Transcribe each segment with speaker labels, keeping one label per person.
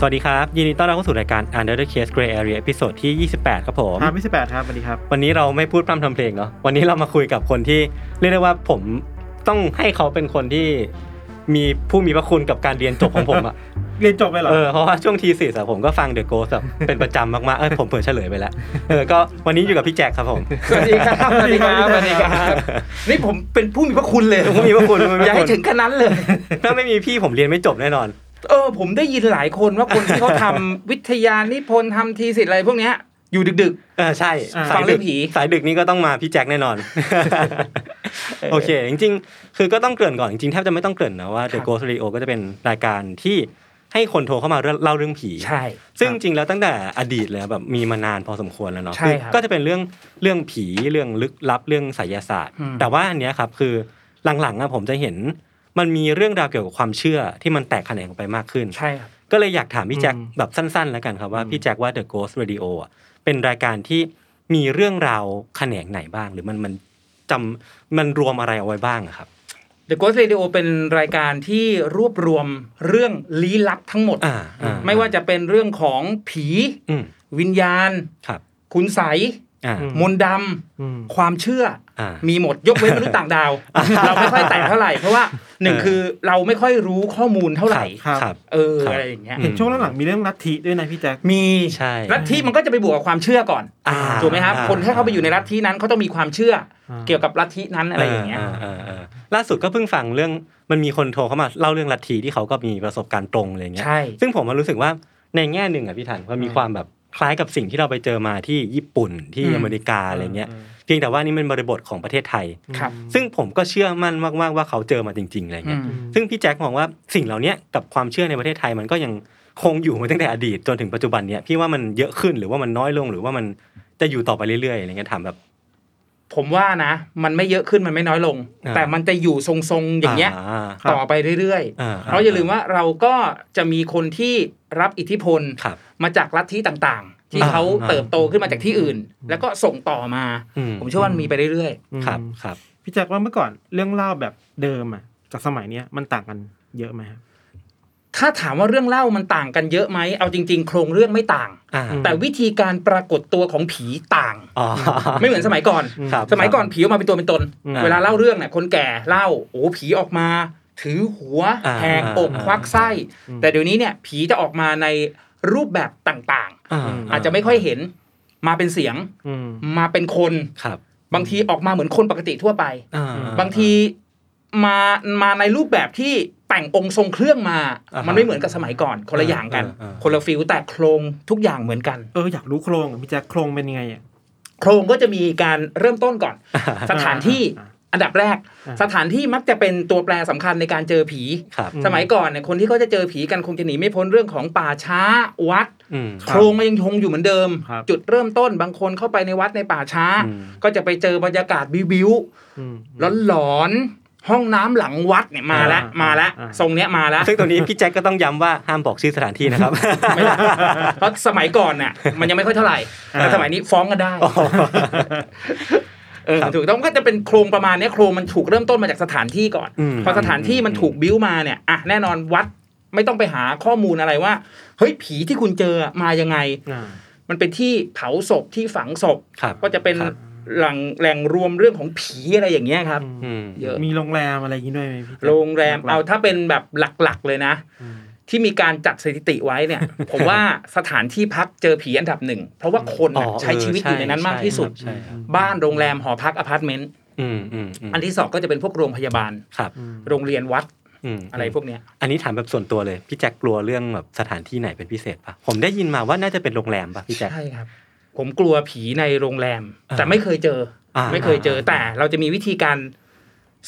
Speaker 1: สวัสดีครับ ยินดีต้อนรับเข้าสู่รายการ Untitled Case Gray Area ตอนที่ 28 ครับผม
Speaker 2: ครับ28ครับสวัสดีครับ
Speaker 1: วันนี้เราไม่พูดพร่ำทำเพลงเนาะวันนี้เรามาคุยกับคนที่เรียกได้ว่าผมต้องให้เขาเป็นคนที่มีผู้มีพระคุณกับการเรียนจบของผมอะ
Speaker 2: เรียนจบไปเหรอ
Speaker 1: เออเพราะว่าช่วงทีสี่สผมก็ฟังเดอะโกสแบบเป็นประจำมากๆเออผมเผื่อเฉลยไปแล้วเออก็วันนี้อยู่กับพี่แจ็คครับ ผม
Speaker 3: สวัสดีครับ สวัสดีครับ สวัสดีครับ นี่ผมเป็นผู้มีพระคุณเลย
Speaker 1: ผมมีพระคุณผมมี
Speaker 3: อ
Speaker 1: พ
Speaker 3: ย่า
Speaker 1: ระ
Speaker 3: ให้
Speaker 1: คุณ
Speaker 3: ถึงขนาดนั้นเลย
Speaker 1: ถ้าไม่มีพี่ผมเรียนไม่จบแน่นอน
Speaker 3: เออ ผมได้ยินหลายคนว่าคนที่เขาทำวิทยานิพนธ์ทำทีสิทธ์อะไรพวกเนี้ยอยู่ดึก
Speaker 1: เออใช่
Speaker 3: ฟังเรื่องผี
Speaker 1: สายดึกนี่ก็ต้องมาพี่แจ็คแน่นอน โอเค จริงๆ คือก็ต้องเกริ่นก่อนจริงๆแทบจะไม่ต้องเกริ่นนะว่า The Ghost Radio ก็จะเป็นรายการที่ให้คนโทรเข้ามาเล่าเรื่องผี
Speaker 3: ๆ ใช่
Speaker 1: ซึ่งจริงๆแล้วตั้งแต่อดีตเลยแบบมีมานานพอสมควรแล้วเนาะ
Speaker 3: ใช่
Speaker 1: คือ
Speaker 3: ครับ
Speaker 1: ก็จะเป็นเรื่องเรื่องผีเรื่องลึกลับเรื่องไสยศาสตร์
Speaker 3: อืม
Speaker 1: แต่ว่าอันเนี้ยครับคือหลังๆอะผมจะเห็น มันมีเรื่องราวเกี่ยวกับความเชื่อที่มันแตกแขนงออกไปมากขึ้น
Speaker 3: ใช่ครับ
Speaker 1: ก็เลยอยากถามพี่แจ็ค
Speaker 3: อืม
Speaker 1: แบบสั้นๆ แล้วกันครับว่า
Speaker 3: อืม
Speaker 1: พี่แจ็คว่า The Ghost Radio อ่ะเป็นรายการที่มีเรื่องราวแขนงไหนบ้าง หรือมันมันจำมันรวมอะไรเอาไว้บ้างอะครับ
Speaker 3: The Ghost Radio เป็นรายการที่รวบรวมเรื่องลี้ลับทั้งหมด
Speaker 1: อ่าอ่
Speaker 3: ไม่ว่าจะเป็นเรื่องของผี
Speaker 1: อืม
Speaker 3: วิญญาณ
Speaker 1: ครับ
Speaker 3: คุณไสย
Speaker 1: อ่า
Speaker 4: อืม
Speaker 3: มนต์ดำความเชื่อ
Speaker 1: อ่ามี
Speaker 3: มีหมดยกเว้นมนุษย์ต่างดาว เราไม่ค่อยแตะเท่าไหร่เพราะว่าหนึ่ง
Speaker 1: เออ
Speaker 3: คือเราไม่ค่อยรู้ข้อมูลเท่าไหร่
Speaker 1: ครับ
Speaker 3: เออ
Speaker 1: ครับ
Speaker 3: อะไรอย่างเงี้ย
Speaker 1: อืม
Speaker 2: เห็นช่วงหลังๆมีเรื่องลัทธิด้วยนะพี่แจ็ค
Speaker 3: มี
Speaker 1: ใช่
Speaker 3: ลัทธิมันก็จะไปบวกกับความเชื่อก่อน
Speaker 1: อ่า
Speaker 3: ถูกไหมครับ
Speaker 1: อ่า
Speaker 3: คนถ้าเข้าไปอยู่ในลัทธินั้นเขาต้องมีความเชื่ออเกี่ยวกับลัทธินั้นอะไรอย่างเงี้ย
Speaker 1: ออเออเออล่าสุดก็เพิ่งฟังเรื่องมันมีคนโทรเข้ามาเล่าเรื่องลัทธิที่เขาก็มีประสบการณ์ตรงอะไรเงี้ย
Speaker 3: ใช่
Speaker 1: ซึ่งผมมันรู้สึกว่าในแง่หนึ่งอ่ะพี่ทันมันมีความแบบคล้ายกับสิ่งที่เราไปเจอมาที่ญี่ปุ่นที่
Speaker 3: อืม
Speaker 1: อเมริกาอะไรเงี้ยเพียงแต่ว่านี่มันบริบทของประเทศไทย
Speaker 3: ครับ
Speaker 1: ซึ่งผมก็เชื่อมั่นมากๆว่าเขาเจอมาจริงๆอะไร
Speaker 3: อื
Speaker 1: เงี้ย
Speaker 3: ม
Speaker 1: ซึ่งพี่แจ็คมองว่าสิ่งเหล่าเนี้ยกับความเชื่อในประเทศไทยมันก็ยังคงอยู่มาตั้งแต่อดีตจนถึงปัจจุบันเนี้ยพี่ว่ามันเยอะขึ้นหรือว่ามันน้อยลงหรือว่ามันจะอยู่ต่อไปเรื่อยๆอะไรเงี้ยถามแบบ
Speaker 3: ผมว่านะ มันไม่เยอะขึ้นมันไม่น้อยลง
Speaker 1: อ่า
Speaker 3: แต่มันจะอยู่ทรงๆอย่างเงี้ย
Speaker 1: อ่า
Speaker 3: ต่อไปเรื่อย
Speaker 1: อ่า
Speaker 3: ๆเพราะอย่าลืมว่าเราก็จะมีคนที่รับอิทธิพล
Speaker 1: ครับ
Speaker 3: มาจากลัทธิต่างๆ ที่
Speaker 1: อ่า
Speaker 3: เขา
Speaker 1: อ่า
Speaker 3: เติบโตขึ้นมาจากที่อื่น แล้วก็ส่งต่อมา
Speaker 1: อื
Speaker 3: ผมเชื่อว่ามันมีไปเรื่อย
Speaker 1: ครับครับ
Speaker 2: พี่แจ็คว่าเมื่อก่อนเรื่องเล่าแบบเดิมอ่ะกับสมัยเนี้ยมันต่างกันเยอะไหมครับ
Speaker 3: ๆ ถ้าถามว่าเรื่องเล่ามันต่างกันเยอะไหมเอาจริง ๆ โครงเรื่องไม่ต่าง
Speaker 1: อ่า
Speaker 3: แต่วิธีการปรากฏตัวของผีต่าง
Speaker 1: อ๋อ
Speaker 3: ไม่เหมือนสมัยก่อน
Speaker 1: ครับ
Speaker 3: สมัยก่อนผีออกมาเป็นตัวเป็นตน
Speaker 1: อ่า
Speaker 3: เวลาเล่าเรื่องเนี่ยคนแก่เล่าโอ้ผีออกมา ถือหัว
Speaker 1: อ่า
Speaker 3: แหกอก
Speaker 1: อ่า
Speaker 3: ควักไส้ แต่เดี๋ยวนี้เนี่ยผีจะออกมาในรูปแบบต่าง
Speaker 1: อ่า
Speaker 3: ๆ อาจจะไม่ค่อยเห็นมาเป็นเสียง
Speaker 2: อืม
Speaker 3: มาเป็นคน
Speaker 1: ครับ
Speaker 3: บางทีออกมาเหมือนคนปกติทั่วไป
Speaker 1: อ่
Speaker 3: บางทีมามาในรูปแบบที่แต่งองค์ทรงเครื่องมา
Speaker 1: อ่าฮะ
Speaker 3: มันไม่เหมือนกับสมัยก่อนคนละอย่างกัน
Speaker 1: อ่าอ่าอ่า
Speaker 3: คนละฟิลแต่โครงทุกอย่างเหมือนกัน
Speaker 2: เอออยากรู้โครงอะพี่แจ็คโครงเป็นยังไงอ่ะ
Speaker 3: โครงก็จะมีการเริ่มต้นก่อน สถานที่
Speaker 2: อ่า
Speaker 3: อันดับแรก
Speaker 2: อ่า
Speaker 3: สถานที่มักจะเป็นตัวแปรสำคัญในการเจอผี
Speaker 1: ครับ
Speaker 3: สมัยก่อนเนี่ยคนที่เขาจะเจอผีกันคงจะหนีไม่พ้นเรื่องของป่าช้าวัด
Speaker 1: อืม
Speaker 3: โครงมันยังคงอยู่เหมือนเดิม
Speaker 2: ครับ
Speaker 3: จุดเริ่มต้นบางคนเข้าไปในวัดในป่าช้า
Speaker 1: อืม
Speaker 3: ก็จะไปเจอบรรยากาศบิวบิว
Speaker 2: อืม
Speaker 3: หลอนๆห้องน้ำหลังวัดเนี่ยมาละ
Speaker 2: อ่า
Speaker 3: มาละ
Speaker 2: อ่า
Speaker 3: ทรงเนี้ยมาละ
Speaker 1: ซึ่งตรงนี้พี่แจ็คก็ต้องย้ำว่าห้ามบอกชื่อสถานที่นะครับ
Speaker 3: ไม่ได้เพราะสมัยก่อนน่ะ มันยังไม่ค่อยเท่าไหร่แต่สมัยนี้ฟ้องกันได้ เออถูกต้องก็จะเป็นโครงประมาณเนี้ยโครงมันถูกเริ่มต้นมาจากสถานที่ก่อน
Speaker 1: อืม
Speaker 3: พอสถานที่มันถูกบิ้วมาเนี่ยอ่ะแน่นอนวัดไม่ต้องไปหาข้อมูลอะไรว่าเฮ้ยผีที่คุณเจอมายังไง
Speaker 2: อ่า
Speaker 3: มันเป็นที่เผาศพที่ฝังศพ
Speaker 1: ครับ
Speaker 3: ก็จะเป็น
Speaker 1: ครับ
Speaker 3: แหล่งแหล่งรวมเรื่องของผีอะไรอย่างเงี้ยครับ
Speaker 2: อืม
Speaker 1: อืม
Speaker 3: เยอะ
Speaker 2: มีโรงแรมอะไรอย่างงี้ด้วยไหมพี่แจ็ค
Speaker 3: โรงแรม
Speaker 2: หลั
Speaker 3: เอา
Speaker 2: ก
Speaker 3: ถ้าเป็นแบบหลักๆเลยนะ ที่มีการจัดสถิติไว้ เนี่ย ผมว่าสถานที่พักเจอผีอันดับหนึ่ง เพราะว่าคนน่ะ
Speaker 1: อ๋อ
Speaker 3: ใช้ชีวิตอยู่ในนั้นมากที่สุด
Speaker 1: ใช่ครับใช่ครับ
Speaker 3: บ้านโรงแรมหอพักอพาร์ตเมนต์
Speaker 1: อืมอืมอืม
Speaker 3: อันที่สองก็จะเป็นพวกโรงพยาบาล
Speaker 1: ครับ
Speaker 3: โรงเรียนวัด
Speaker 1: ม
Speaker 3: อะไรพวกเนี้ย
Speaker 1: อันนี้ถามแบบส่วนตัวเลย พี่แจ็คกลัวเรื่องแบบสถานที่ไหนเป็นพิเศษปะผมได้ยินมาว่าน่าจะเป็นโรงแรมปะพี่แจ็ค
Speaker 3: ใช่ครับ ผมกลัวผีในโรงแรม
Speaker 1: อ่า
Speaker 3: แต่ไม่เคยเจอ
Speaker 1: อ่า
Speaker 3: ไม่เคยเจอ
Speaker 1: อ่า
Speaker 3: แต่เราจะมีวิธีการ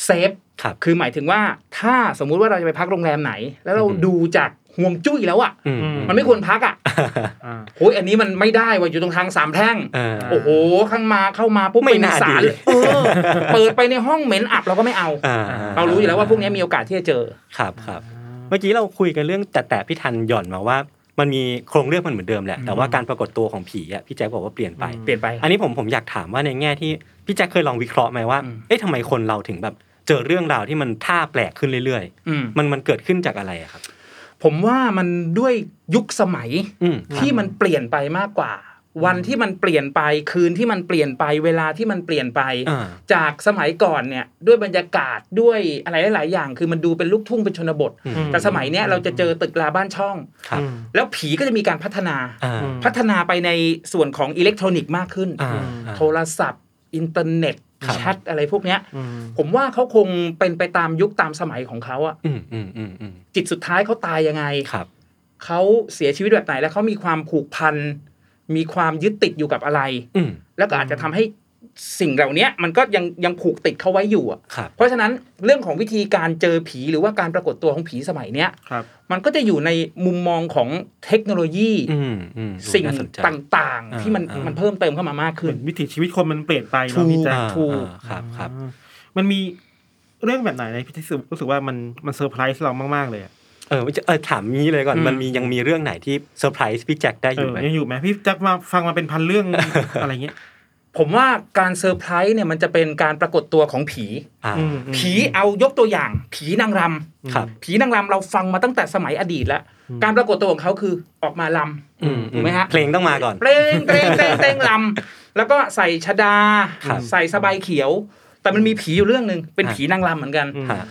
Speaker 3: เซฟ
Speaker 1: ครับ
Speaker 3: คือหมายถึงว่าถ้าสมมุติว่าเราจะไปพักโรงแรมไหน แล้วเรา
Speaker 1: อือหือ
Speaker 3: ดูจากห่วงจุ้ยแล้วอ่ะ
Speaker 1: อืม
Speaker 3: มันไม่ควรพักอ่ะ
Speaker 2: อ่า
Speaker 3: โอ้ยอันนี้มันไม่ได้ว่ะอยู่ตรงทางสามแพร่ง
Speaker 1: เออ
Speaker 3: โอ้โหข้างมาเข้ามาปุ๊บ
Speaker 1: ไม่
Speaker 3: เป็น
Speaker 1: น่า
Speaker 3: สาร
Speaker 1: ดี
Speaker 3: เออเปิดไปในห้องเหม็นอับเราก็ไม่เอา
Speaker 1: อ่
Speaker 3: เรารู้อยู่แล้วว่าพวกนี้มีโอกาสที่จะเจอ
Speaker 1: ครับครับ เมื่อกี้เราคุยกันเรื่องแต่แต่พี่ทันหย่อนมาว่า มันมีโครงเรื่องมันเหมือนเดิมแหละแต่ว่าการปรากฏตัวของผีอะพี่แจ็คบอกว่าเปลี่ยนไป
Speaker 3: เปลี่ยนไป
Speaker 1: อันนี้ผมผมอยากถามว่าในแง่ที่พี่แจ็คเคยลองวิเคราะห์ไหมว่า
Speaker 3: อืม
Speaker 1: เอ๊ะทำไมคนเราถึงแบบเจอเรื่องราวที่มันท่าแปลกขึ้นเรื่อย
Speaker 3: อืม
Speaker 1: ๆ มันมันเกิดขึ้นจากอะไรอะครับ
Speaker 3: ผมว่ามันด้วยยุคสมัย
Speaker 1: อืม
Speaker 3: ที่มันเปลี่ยนไปมากกว่า วันที่มันเปลี่ยนไปคืนที่มันเปลี่ยนไป เวลาที่มันเปลี่ยนไป
Speaker 1: อ่า
Speaker 3: จากสมัยก่อนเนี่ยด้วยบรรยากาศด้วยอะไรหลาย ๆ อย่าง คือมันดูเป็นลูกทุ่งเป็นชนบท
Speaker 1: อืม
Speaker 3: แต่สมัยเนี้ยเราจะเจอตึกราบ้านช่อง
Speaker 1: ครับ
Speaker 3: แล้วผีก็จะมีการพัฒนา
Speaker 1: อ่า
Speaker 3: พัฒนาไปในส่วนของอิเล็กทรอนิกส์มากขึ้น
Speaker 1: อ่าอ่า
Speaker 3: โทรศัพท์ อินเทอร์เน็ต
Speaker 1: ครับ
Speaker 3: แชทอะไรพวกเนี้ยผมว่าเขาคงเป็นไปตามยุคตามสมัยของเขาอะ
Speaker 1: อืมอืมอืมอืม
Speaker 3: จิตสุดท้ายเขาตายยังไง
Speaker 1: ครับ
Speaker 3: เขาเสียชีวิตแบบไหนแล้วเขามีความผูกพัน มีความยึดติดอยู่กับอะไร
Speaker 1: อืม
Speaker 3: แล้วก็อาจจะทำให้สิ่งเหล่านี้มันก็ยังยังผูกติดเขาไว้อยู่อะ
Speaker 1: ครับ
Speaker 3: เพราะฉะนั้นเรื่องของวิธีการเจอผีหรือว่าการปรากฏตัวของผีสมัยเนี้ย
Speaker 2: ครับ
Speaker 3: มันก็จะอยู่ในมุมมองของเทคโนโลยี
Speaker 1: อืมอืม
Speaker 3: สิ่ง
Speaker 1: น่าใจ
Speaker 3: ต่าง
Speaker 1: อ่า
Speaker 3: ๆ ที่มัน
Speaker 1: อ่ามั
Speaker 3: มันเพิ่มเติมเข้ามามาก
Speaker 2: เห
Speaker 3: ขึ้
Speaker 2: มื
Speaker 3: น
Speaker 2: อนวิถีชีวิตคนมันเปลี่ยนไป
Speaker 3: ถู
Speaker 2: เนาะ
Speaker 3: ก
Speaker 2: พี่แจ๊ค
Speaker 1: อ่า
Speaker 3: ถูก
Speaker 1: อ่าครับครับ
Speaker 2: อ่ามันมีเรื่องแบบไหนในพี่ที่รู้สึกว่ามันมันเซอร์ไพรส์เรามากๆเลยอะ
Speaker 1: เออเออถามงี้เลยก่อน
Speaker 4: อืม
Speaker 1: มันมียังมีเรื่องไหนที่เซอร์ไพรส์พี่แจ็คได้อ
Speaker 2: เอยู่ อ
Speaker 1: ไหม
Speaker 2: ยังอยู่ไหมพี่แจ๊คมาฟังมาเป็นพัน เรื่อง อะไรเงี้ย
Speaker 3: ผมว่าการเซอร์ไพรส์เนี่ยมันจะเป็นการปรากฏตัวของผี
Speaker 1: อ่า
Speaker 2: อืมอืม
Speaker 3: ผีเอายกตัวอย่าง ผีนางรำ
Speaker 1: ครับ
Speaker 3: ผีนางรำเราฟังมาตั้งแต่สมัยอดีตแล้ว การปรากฏตัวของเขาคือออกมาล
Speaker 1: อืม
Speaker 3: ำถูกไหมฮะ
Speaker 1: เพลงต้องมาก่อน
Speaker 3: เพลงเพลงเพลงเพลงลำแล้วก็ใส่ชดา
Speaker 1: ครับ
Speaker 3: ใส่สบายเขียว แต่มันมีผีอยู่เรื่องหนึ่งเป็นผีนางรำเหมือนกัน
Speaker 1: ฮะ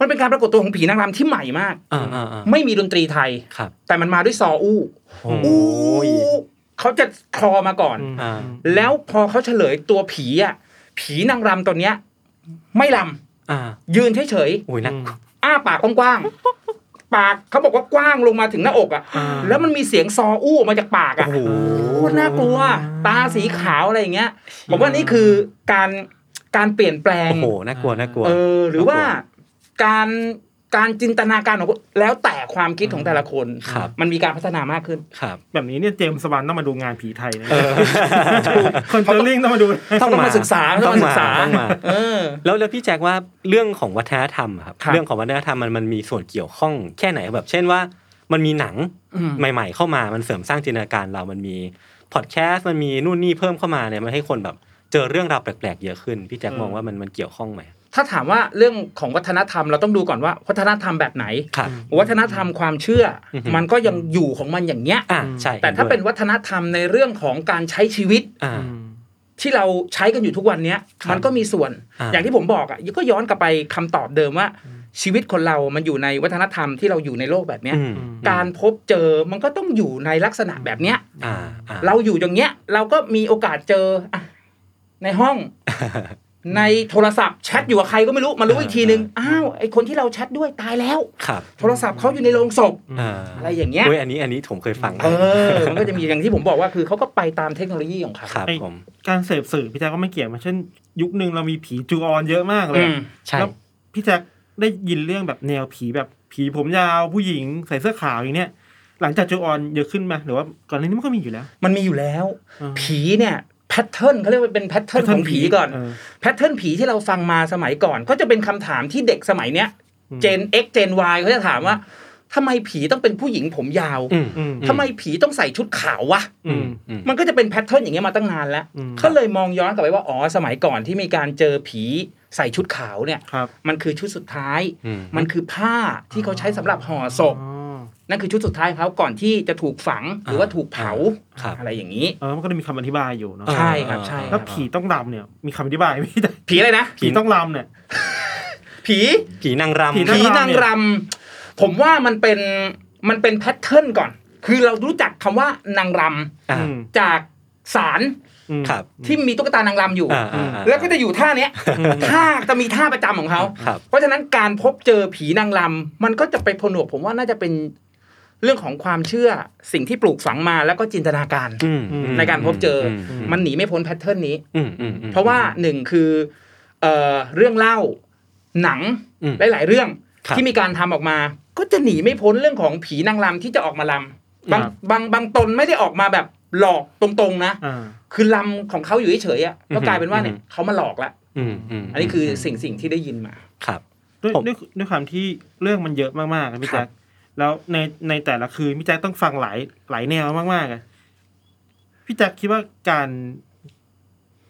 Speaker 3: มันเป็นการปรากฏตัวของผีนางรำที่ใหม่มาก
Speaker 1: อ่าอ่าอ่า
Speaker 3: ไม่มีดนตรีไทย
Speaker 1: ครับ
Speaker 3: แต่มันมาด้วยซออู้
Speaker 1: โอ้
Speaker 3: อู้
Speaker 1: ย
Speaker 3: เขาจะคลอมาก่อน
Speaker 1: อ่า
Speaker 3: แล้วพอเขาเฉลยตัวผีอ่ะผีนางรำตัวเนี้ย ไม่ล
Speaker 1: อ่า
Speaker 3: ำยืนเฉยๆ
Speaker 1: โอ้ยนะ
Speaker 3: อ้าปากกว้างๆ ปากเขาบอกว่ากว้างลงมาถึงหน้าอกอ่ะ แล้วมันมีเสียงซออู้ออกมาจากปากอ่ะ
Speaker 1: โอ้โห
Speaker 3: โคตรน่ากลัว ตาสีขาวอะไรอย่างเงี้ย ผมว่านี่คือการการเปลี่ยนแปลง
Speaker 1: โอ้โหน่ากลัวน่ากลัว
Speaker 3: เออ หรือว่าการการจินตนาการของคนแล้วแต่ความคิดของแต่ละคน
Speaker 1: ครับ
Speaker 3: มันมีการพัฒนามากขึ้น
Speaker 1: ครับ
Speaker 2: แบบนี้เนี่ยเจมส์สวานต้องมาดูงานผีไทยนะ
Speaker 1: เออ
Speaker 2: คนเจอร์ลิงต้องมาดู
Speaker 1: ต้องมา
Speaker 3: มาศึกษา
Speaker 1: ต้องมา
Speaker 3: ศึกษา
Speaker 1: ต้องมา
Speaker 3: เออ
Speaker 1: แล้วแล้วพี่แจ็คว่าเรื่องของวัฒนธรรมอะครับ
Speaker 3: ครับ
Speaker 1: เรื่องของวัฒนธรรมมันมันมีส่วนเกี่ยวข้องแค่ไหนแบบ เช่นว่า มันมีหนัง
Speaker 3: อืม
Speaker 1: ใหม่ ๆ เข้ามามันเสริมสร้างจินตนาการเรามันมีพอดแคสต์มันมีนู่นนี่เพิ่มเข้ามาเนี่ยมันให้คนแบบเจอเรื่องราวแปลกๆเยอะขึ้นพี่แจ็คมองว่ามันมันเกี่ยวข้องไหม
Speaker 3: ถ้าถามว่าเรื่องของวัฒนธรรมเราต้องดูก่อนว่าวัฒนธรรมแบบไหน
Speaker 1: ครับ
Speaker 3: วัฒนธรรมความเชื่ออ
Speaker 1: อฮึ
Speaker 3: มันก็ยังอยู่ของมันอย่างเงี้ย
Speaker 1: อ่าใช่
Speaker 3: แต่ถ้าเป็นวัฒนธรรมในเรื่องของการใช้ชีวิต
Speaker 1: อ่า
Speaker 3: ที่เราใช้กันอยู่ทุกวันเนี้ย
Speaker 1: ครับ
Speaker 3: มันก็มีส่วน
Speaker 1: อ่า
Speaker 3: อย่างที่ผมบอกอ่ะก็ย้อนกลับไปคำตอบเดิมว่า ชีวิตคนเรามันอยู่ในวัฒนธรรมที่เราอยู่ในโลกแบบเนี้ย
Speaker 1: อืม
Speaker 3: การพบเจอมันก็ต้องอยู่ในลักษณะแบบเนี้ย
Speaker 1: อ่าอ่า
Speaker 3: เราอยู่อย่างเงี้ย เราก็มีโอกาสเจออ่ะในห้อง ในโทรศัพท์แชทอยู่กับใครก็ไม่รู้มารู้อีกทีนึงอ้าวไอคนที่เราแชทด้วยตายแล้ว
Speaker 1: ครับ
Speaker 3: โทรศัพท์เขาอยู่ในโรงศพ
Speaker 1: อ่า
Speaker 3: อะไรอย่างเงี้ย
Speaker 1: เว้ยอันนี้อันนี้ผมเคยฟัง
Speaker 3: เออ มันก็จะมีอย่างที่ผมบอกว่าคือเขาก็ไปตามเทคโนโลยีของเขา
Speaker 1: ครับ
Speaker 2: ไอ้
Speaker 1: ผม
Speaker 2: การเสพสื่อพี่แจ๊คก็ไม่เกี่ยวมาเช่น ยุคหนึ่งเรามีผีจูออนเยอะมากเลย
Speaker 3: อื
Speaker 2: อะ
Speaker 3: ม
Speaker 1: ใช่
Speaker 2: แล้วพี่แจ๊คได้ยินเรื่องแบบแนวผีแบบผีผมยาวผู้หญิงใส่เสื้อขาวอย่างเนี้ยหลังจากจูออนเยอะขึ้นไหมาหรือว่าก่อนหน้านี้มันก็มีอยู่แล้ว
Speaker 3: มันมีอยู่แล้ว
Speaker 2: อ่า
Speaker 3: ผีเนี่ยแพทเทิร์นเขาเรียกว่าเป็นแพทเทิร์นของผีก่อน
Speaker 2: เ
Speaker 3: แพทเทิร์นผีที่เราฟังมาสมัยก่อน ก็จะเป็นคำถามที่เด็กสมัยเนี้ยเจน X เจน Y เขาจะถามว่าทำไมผีต้องเป็นผู้หญิงผมยาว
Speaker 1: อืม
Speaker 2: อืม
Speaker 3: ทำไมผีต้องใส่ชุดขาววะ
Speaker 2: อืม
Speaker 1: อืม
Speaker 3: มันก็จะเป็นแพทเทิร์นอย่างเงี้ยมาตั้งนานแล้ว
Speaker 2: อืม
Speaker 3: ก็เลยมองย้อนกลับไปว่าอ๋อสมัยก่อนที่มีการเจอผีใส่ชุดขาวเนี่ย
Speaker 2: ครับ
Speaker 3: มันคือชุดสุดท้าย
Speaker 1: อืม
Speaker 3: มันคือผ้าที่เขาใช้สำหรับห่อศพ
Speaker 2: อ๋อ
Speaker 3: นั่นคือชุดสุดท้ายของเขาก่อนที่จะถูกฝังหรือว่าถูกเผา
Speaker 1: ครับ
Speaker 3: อะไรอย่างนี้
Speaker 2: เออมันก็จะมีคำอธิบายอยู่เนาะ
Speaker 1: อ่า
Speaker 3: ใช่ครับใช่ค
Speaker 2: แล้
Speaker 3: รั
Speaker 2: ว
Speaker 3: บ
Speaker 2: ผีต้องรำเนี่ยมีคำอธิบายไหม พี่แจ๊ค
Speaker 3: ผีอะไรนะ
Speaker 2: ผีต้องรำเนี่ย
Speaker 3: ผี
Speaker 1: ผีนางรำ
Speaker 2: ผี
Speaker 3: ผี
Speaker 1: ครับ
Speaker 3: นางรำผมว่ามันเป็น มันเป็นแพทเทิร์นก่อน คือเรารู้จักคำว่านางรำ
Speaker 1: อ่า
Speaker 4: อืม
Speaker 3: จากสาร
Speaker 4: อืม
Speaker 1: ครับ
Speaker 3: ที่มีตุ๊กตานางรำอยู่
Speaker 1: อ่าอ่าอ่า
Speaker 3: แล้วก็จะอยู่ท่าเนี้ย
Speaker 4: อืม
Speaker 3: ท่าจะมีท่าประจำของเขา
Speaker 1: ครับ
Speaker 3: เพราะฉะนั้นการพบเจอผีนางรำมันก็จะไปผนวกผมว่าน่าจะเป็นเรื่องของความเชื่อสิ่งที่ปลูกฝังมาแล้วก็จินตนาการ
Speaker 1: อืมอืม
Speaker 3: ในการพบเจออ
Speaker 1: ม
Speaker 3: มันหนีไม่พ้นแพทเทิร์นนี้
Speaker 1: อืมอืมอืม
Speaker 3: เพราะว่าหนึ่งคือเอ่อเรื่องเล่าหนัง
Speaker 1: อืม
Speaker 3: หลาย ๆ เรื่อง
Speaker 1: ครับ
Speaker 3: ที่มีการทำออกมา ก็จะหนีไม่พ้นเรื่องของผีนางรำที่จะออกมาลำบาง
Speaker 2: ครับ
Speaker 3: บางบางตนไม่ได้ออกมาแบบหลอกตรงๆนะ
Speaker 2: อ่า
Speaker 3: คือลำของเขาอยู่เฉยๆอะก็กลายเป็นว่าเนี่ยเขามาหลอกละ
Speaker 1: อืมม
Speaker 3: อันนี้คือสิ่งสิ่งที่ได้ยินมา
Speaker 1: ครับ
Speaker 2: ด้วย
Speaker 1: ผม
Speaker 2: ด้วยด้วยความที่เรื่องมันเยอะมากๆอะพี่
Speaker 1: ครั
Speaker 2: แจ๊
Speaker 1: บ
Speaker 2: คแล้วในในแต่ละคืนพี่แจ๊คต้องฟังหลายหลายแนวมากๆอะพี่แจ๊คคิดว่าการ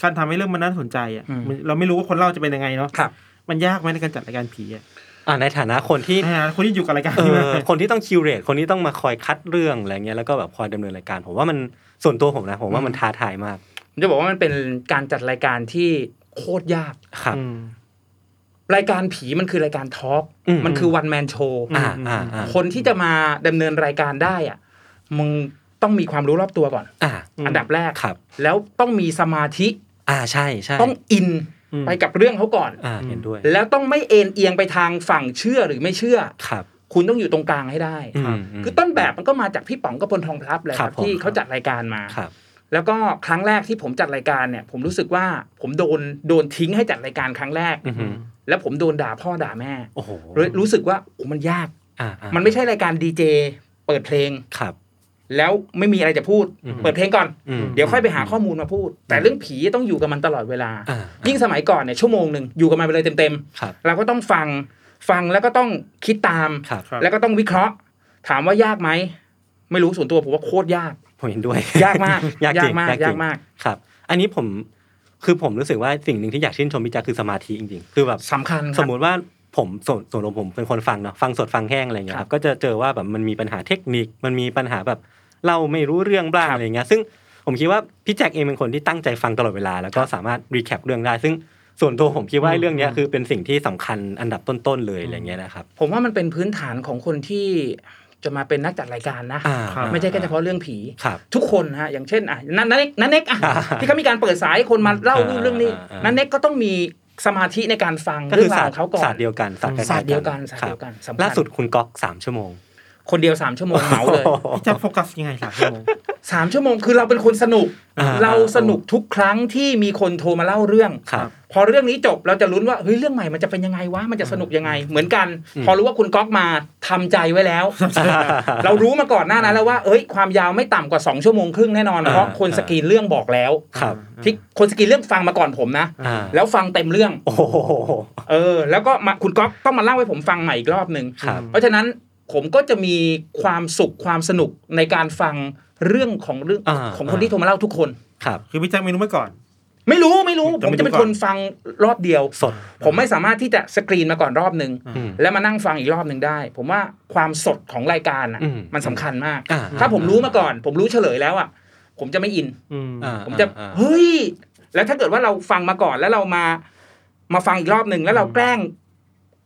Speaker 2: การทำให้เรื่องมันน่าสนใจอ่ะ
Speaker 3: อืม
Speaker 2: มันเราไม่รู้ว่าคนเล่าจะเป็นยังไงเนาะ
Speaker 3: ครับ
Speaker 2: มันยากไหมในการจัดรายการผีอ่ะ
Speaker 1: อ่าในฐานะคนที่
Speaker 2: ในฐานะคนที่อยู่กับรายการ
Speaker 1: เอ
Speaker 2: นี้
Speaker 1: อ
Speaker 2: มาก
Speaker 1: คนที่ต้องคิวเรตคนที่ต้องมาคอยคัดเรื่องอะไรเงี้ยแล้วก็แบบคอยดำเนินรายการ ผมว่ามันส่วนตัวผมนะผมว่ามันท้าทายมาก
Speaker 3: ผมจะบอกว่ามันเป็นการจัดรายการที่โคตรยาก
Speaker 1: ครับ
Speaker 3: รายการผีมันคือรายการทอล์ก
Speaker 1: อืม
Speaker 3: มันคือวันแมนโชว์
Speaker 1: อ่าอ่าอ่า
Speaker 3: คนที่จะมาดำเนินรายการได้อ่ะมึงต้องมีความรู้รอบตัวก่อน
Speaker 1: อ่า
Speaker 3: อันดับแรก
Speaker 1: ครับ
Speaker 3: แล้วต้องมีสมาธิ
Speaker 1: อ่าใช่ใช่
Speaker 3: ต้องอิน
Speaker 2: อืม
Speaker 3: ไปกับเรื่องเขาก่อน
Speaker 1: อ่าเห็นด้วย
Speaker 3: แล้วต้องไม่เอ็นเอียงไปทางฝั่งเชื่อหรือไม่เชื่อ
Speaker 1: ครับ
Speaker 3: คุณต้องอยู่ตรงกลางให้ได้
Speaker 1: มม
Speaker 3: คือต้นแบบมันก็มาจากพี่ป๋องกระพลทองพลับแหละค
Speaker 1: ครั
Speaker 3: รั
Speaker 1: บบ ผม
Speaker 3: ที่เขาจัดรายการมา
Speaker 1: ครับ
Speaker 3: แล้วก็ครั้งแรกที่ผมจัดรายการเนี่ย ผมรู้สึกว่าผมโดนโดนทิ้งให้จัดรายการครั้งแรก
Speaker 1: อือหือ
Speaker 3: แล้วผมโดนด่าพ่อด่าแม่
Speaker 1: โอ้โห
Speaker 3: เลยรู้สึกว่าโอ้มันยาก
Speaker 1: อ่าอ่า
Speaker 3: มันไม่ใช่รายการดีเจเปิดเพลง
Speaker 1: ครับ
Speaker 3: แล้วไม่มีอะไรจะพูด
Speaker 1: อืม
Speaker 3: เปิดเพลงก่อน
Speaker 1: อืม
Speaker 3: เดี๋ยวค่อยไปหาข้อมูลมาพูด แต่เรื่องผีต้องอยู่กับมันตลอดเวลา
Speaker 1: อ่า
Speaker 3: ยิ่งสมัยก่อนเนี่ยชั่วโมงหนึ่งอยู่กับมันไปเลยเต็ม
Speaker 1: ครับ
Speaker 3: ๆ เราก็ต้องฟังฟังแล้วก็ต้องคิดตาม
Speaker 1: ครับ
Speaker 2: ครับ
Speaker 3: แล้วก็ต้องวิเคราะห์ ถามว่ายากไหม ไม่รู้ส่วนตัวผมว่าโคตรยาก
Speaker 1: ผมเห็นด้วย
Speaker 3: ยากมาก
Speaker 1: ยากจริง
Speaker 3: มาก
Speaker 1: จริ
Speaker 3: ยาง กมาก
Speaker 1: ครับ อันนี้ผมคือผมรู้สึกว่าสิ่งหนึ่งที่อยากชื่นชมพี่แจ๊คคือสมาธิจริงๆ คือแบบ
Speaker 3: สำคัญครับ
Speaker 1: สมมุติว่าผมส่วนส่วนของผมเป็นคนฟังเนาะฟังสดฟังแห้งอะไรอย่างเงี้ยค
Speaker 3: ครั
Speaker 1: รับบ ก็จะเจอว่าแบบมันมีปัญหาเทคนิคมันมีปัญหาแบบเล่าไม่รู้เรื่องบ้าง
Speaker 3: ครับ
Speaker 1: อะไรอย่างเงี้ยซึ่งผมคิดว่าพี่แจ็คเองเป็นคนที่ตั้งใจฟังตลอดเวลา แล้วก็สามารถรีแคปเรื่องได้ ซึ่งส่วนตัวผมคิดว่าเรื่องเนี้ยคือเป็นสิ่งที่สำคัญอันดับต้นๆเลยอะไรอย่างเงี้ยนะครับ
Speaker 3: ผมว่ามันเป็นพื้นฐานของคนที่จะมาเป็นนักจัดรายการนะ
Speaker 1: อ่า
Speaker 2: ครับ
Speaker 3: ไม่ใช่แค่เฉพาะเรื่องผี
Speaker 1: ครับ
Speaker 3: ทุกคนนะฮะอย่างเช่นอ่ะนันนันเน็กนันเน็กอ่ะ
Speaker 1: อ่า
Speaker 3: ที่เขามีการเปิดสายให้คนมาเล่า
Speaker 1: อ่า
Speaker 3: เรื่องนี้
Speaker 1: อ่าอ่า
Speaker 3: นันเน็กก็ต้องมีสมาธิในการฟัง
Speaker 1: ก็
Speaker 3: เรื่
Speaker 1: คือ อง
Speaker 3: ราว
Speaker 1: ศาสตร์
Speaker 3: ของเขาก่อน
Speaker 1: ศาสตร์เดียวกัน
Speaker 3: ศาสตร์เดียวกันศาสตร์เดียวกัน
Speaker 1: ค
Speaker 3: สำ
Speaker 1: รับ
Speaker 3: คัญ
Speaker 1: ล่าสุดคุณก๊อกสามชั่วโมง
Speaker 3: คนเดียวสามชั่วโมงเหมาเลย
Speaker 2: พี่แจ๊คโฟกัสยังไงสามชั่วโมง
Speaker 3: สามชั่วโมงคือเราเป็นคนสนุก
Speaker 1: อ่า
Speaker 3: เราสนุกทุกครั้งที่มีคนโทรมาเล่าเรื่อง
Speaker 1: ครับ
Speaker 3: พอเรื่องนี้จบเราจะลุ้นว่าเฮ้ยเรื่องใหม่มันจะเป็นยังไงวะมันจะสนุกยังไง เหมือนกัน พอรู้ว่าคุณก๊อกมาทำใจไว้ แล้ว เรารู้มาก่อนหน้านั้นแล้วว่าเอ้ยความยาวไม่ต่ำกว่า 2 ชั่วโมงครึ่งแน่นอน
Speaker 1: อ่า
Speaker 3: เพราะคนสกรีนเรื่องบอกแล้ว
Speaker 1: ครับ
Speaker 3: ที่คนสกรีนเรื่องฟังมาก่อนผมนะ
Speaker 1: อ่า
Speaker 3: แล้วฟังเต็มเรื่อง
Speaker 1: โอ้โห
Speaker 3: เออ แล้วก็มาคุณก๊อฟต้องมาเล่าให้ผมฟังใหม่อีกรอบหนึ่ง
Speaker 1: ครับ
Speaker 3: เพราะฉะนั้นผมก็จะมีความสุขความสนุกในการฟังเรื่องของเรื่อง
Speaker 1: อ่า
Speaker 3: ของคนที่โทรมาเล่าทุกคน
Speaker 1: ครับ
Speaker 2: คือพี่แจ๊คไม่รู้มาก่อน
Speaker 3: ไม่รู้ไม่รู้
Speaker 2: ต้
Speaker 3: ผ
Speaker 2: อง
Speaker 3: ม
Speaker 2: ไปดู
Speaker 3: จะเป็นคนฟังรอบเดียว
Speaker 1: สด
Speaker 3: ผมไม่สามารถที่จะสกรีนมาก่อนรอบหนึ่ง
Speaker 1: อืม
Speaker 3: แล้วมานั่งฟังอีกรอบหนึ่งได้ ผมว่าความสดของรายการอ่ะ
Speaker 1: อืม
Speaker 3: มันสำคัญมาก
Speaker 1: อ่า
Speaker 3: ถ้าผมรู้มาก่อน ผมรู้เฉลยแล้วอ่ะผมจะไม่อิน
Speaker 2: อืม
Speaker 1: อ่า
Speaker 3: ผมจะ
Speaker 1: อ่า
Speaker 3: เฮ้ย แล้วถ้าเกิดว่าเราฟังมาก่อนแล้วเรามามาฟังอีกรอบหนึ่งแล้วเราแกล้ง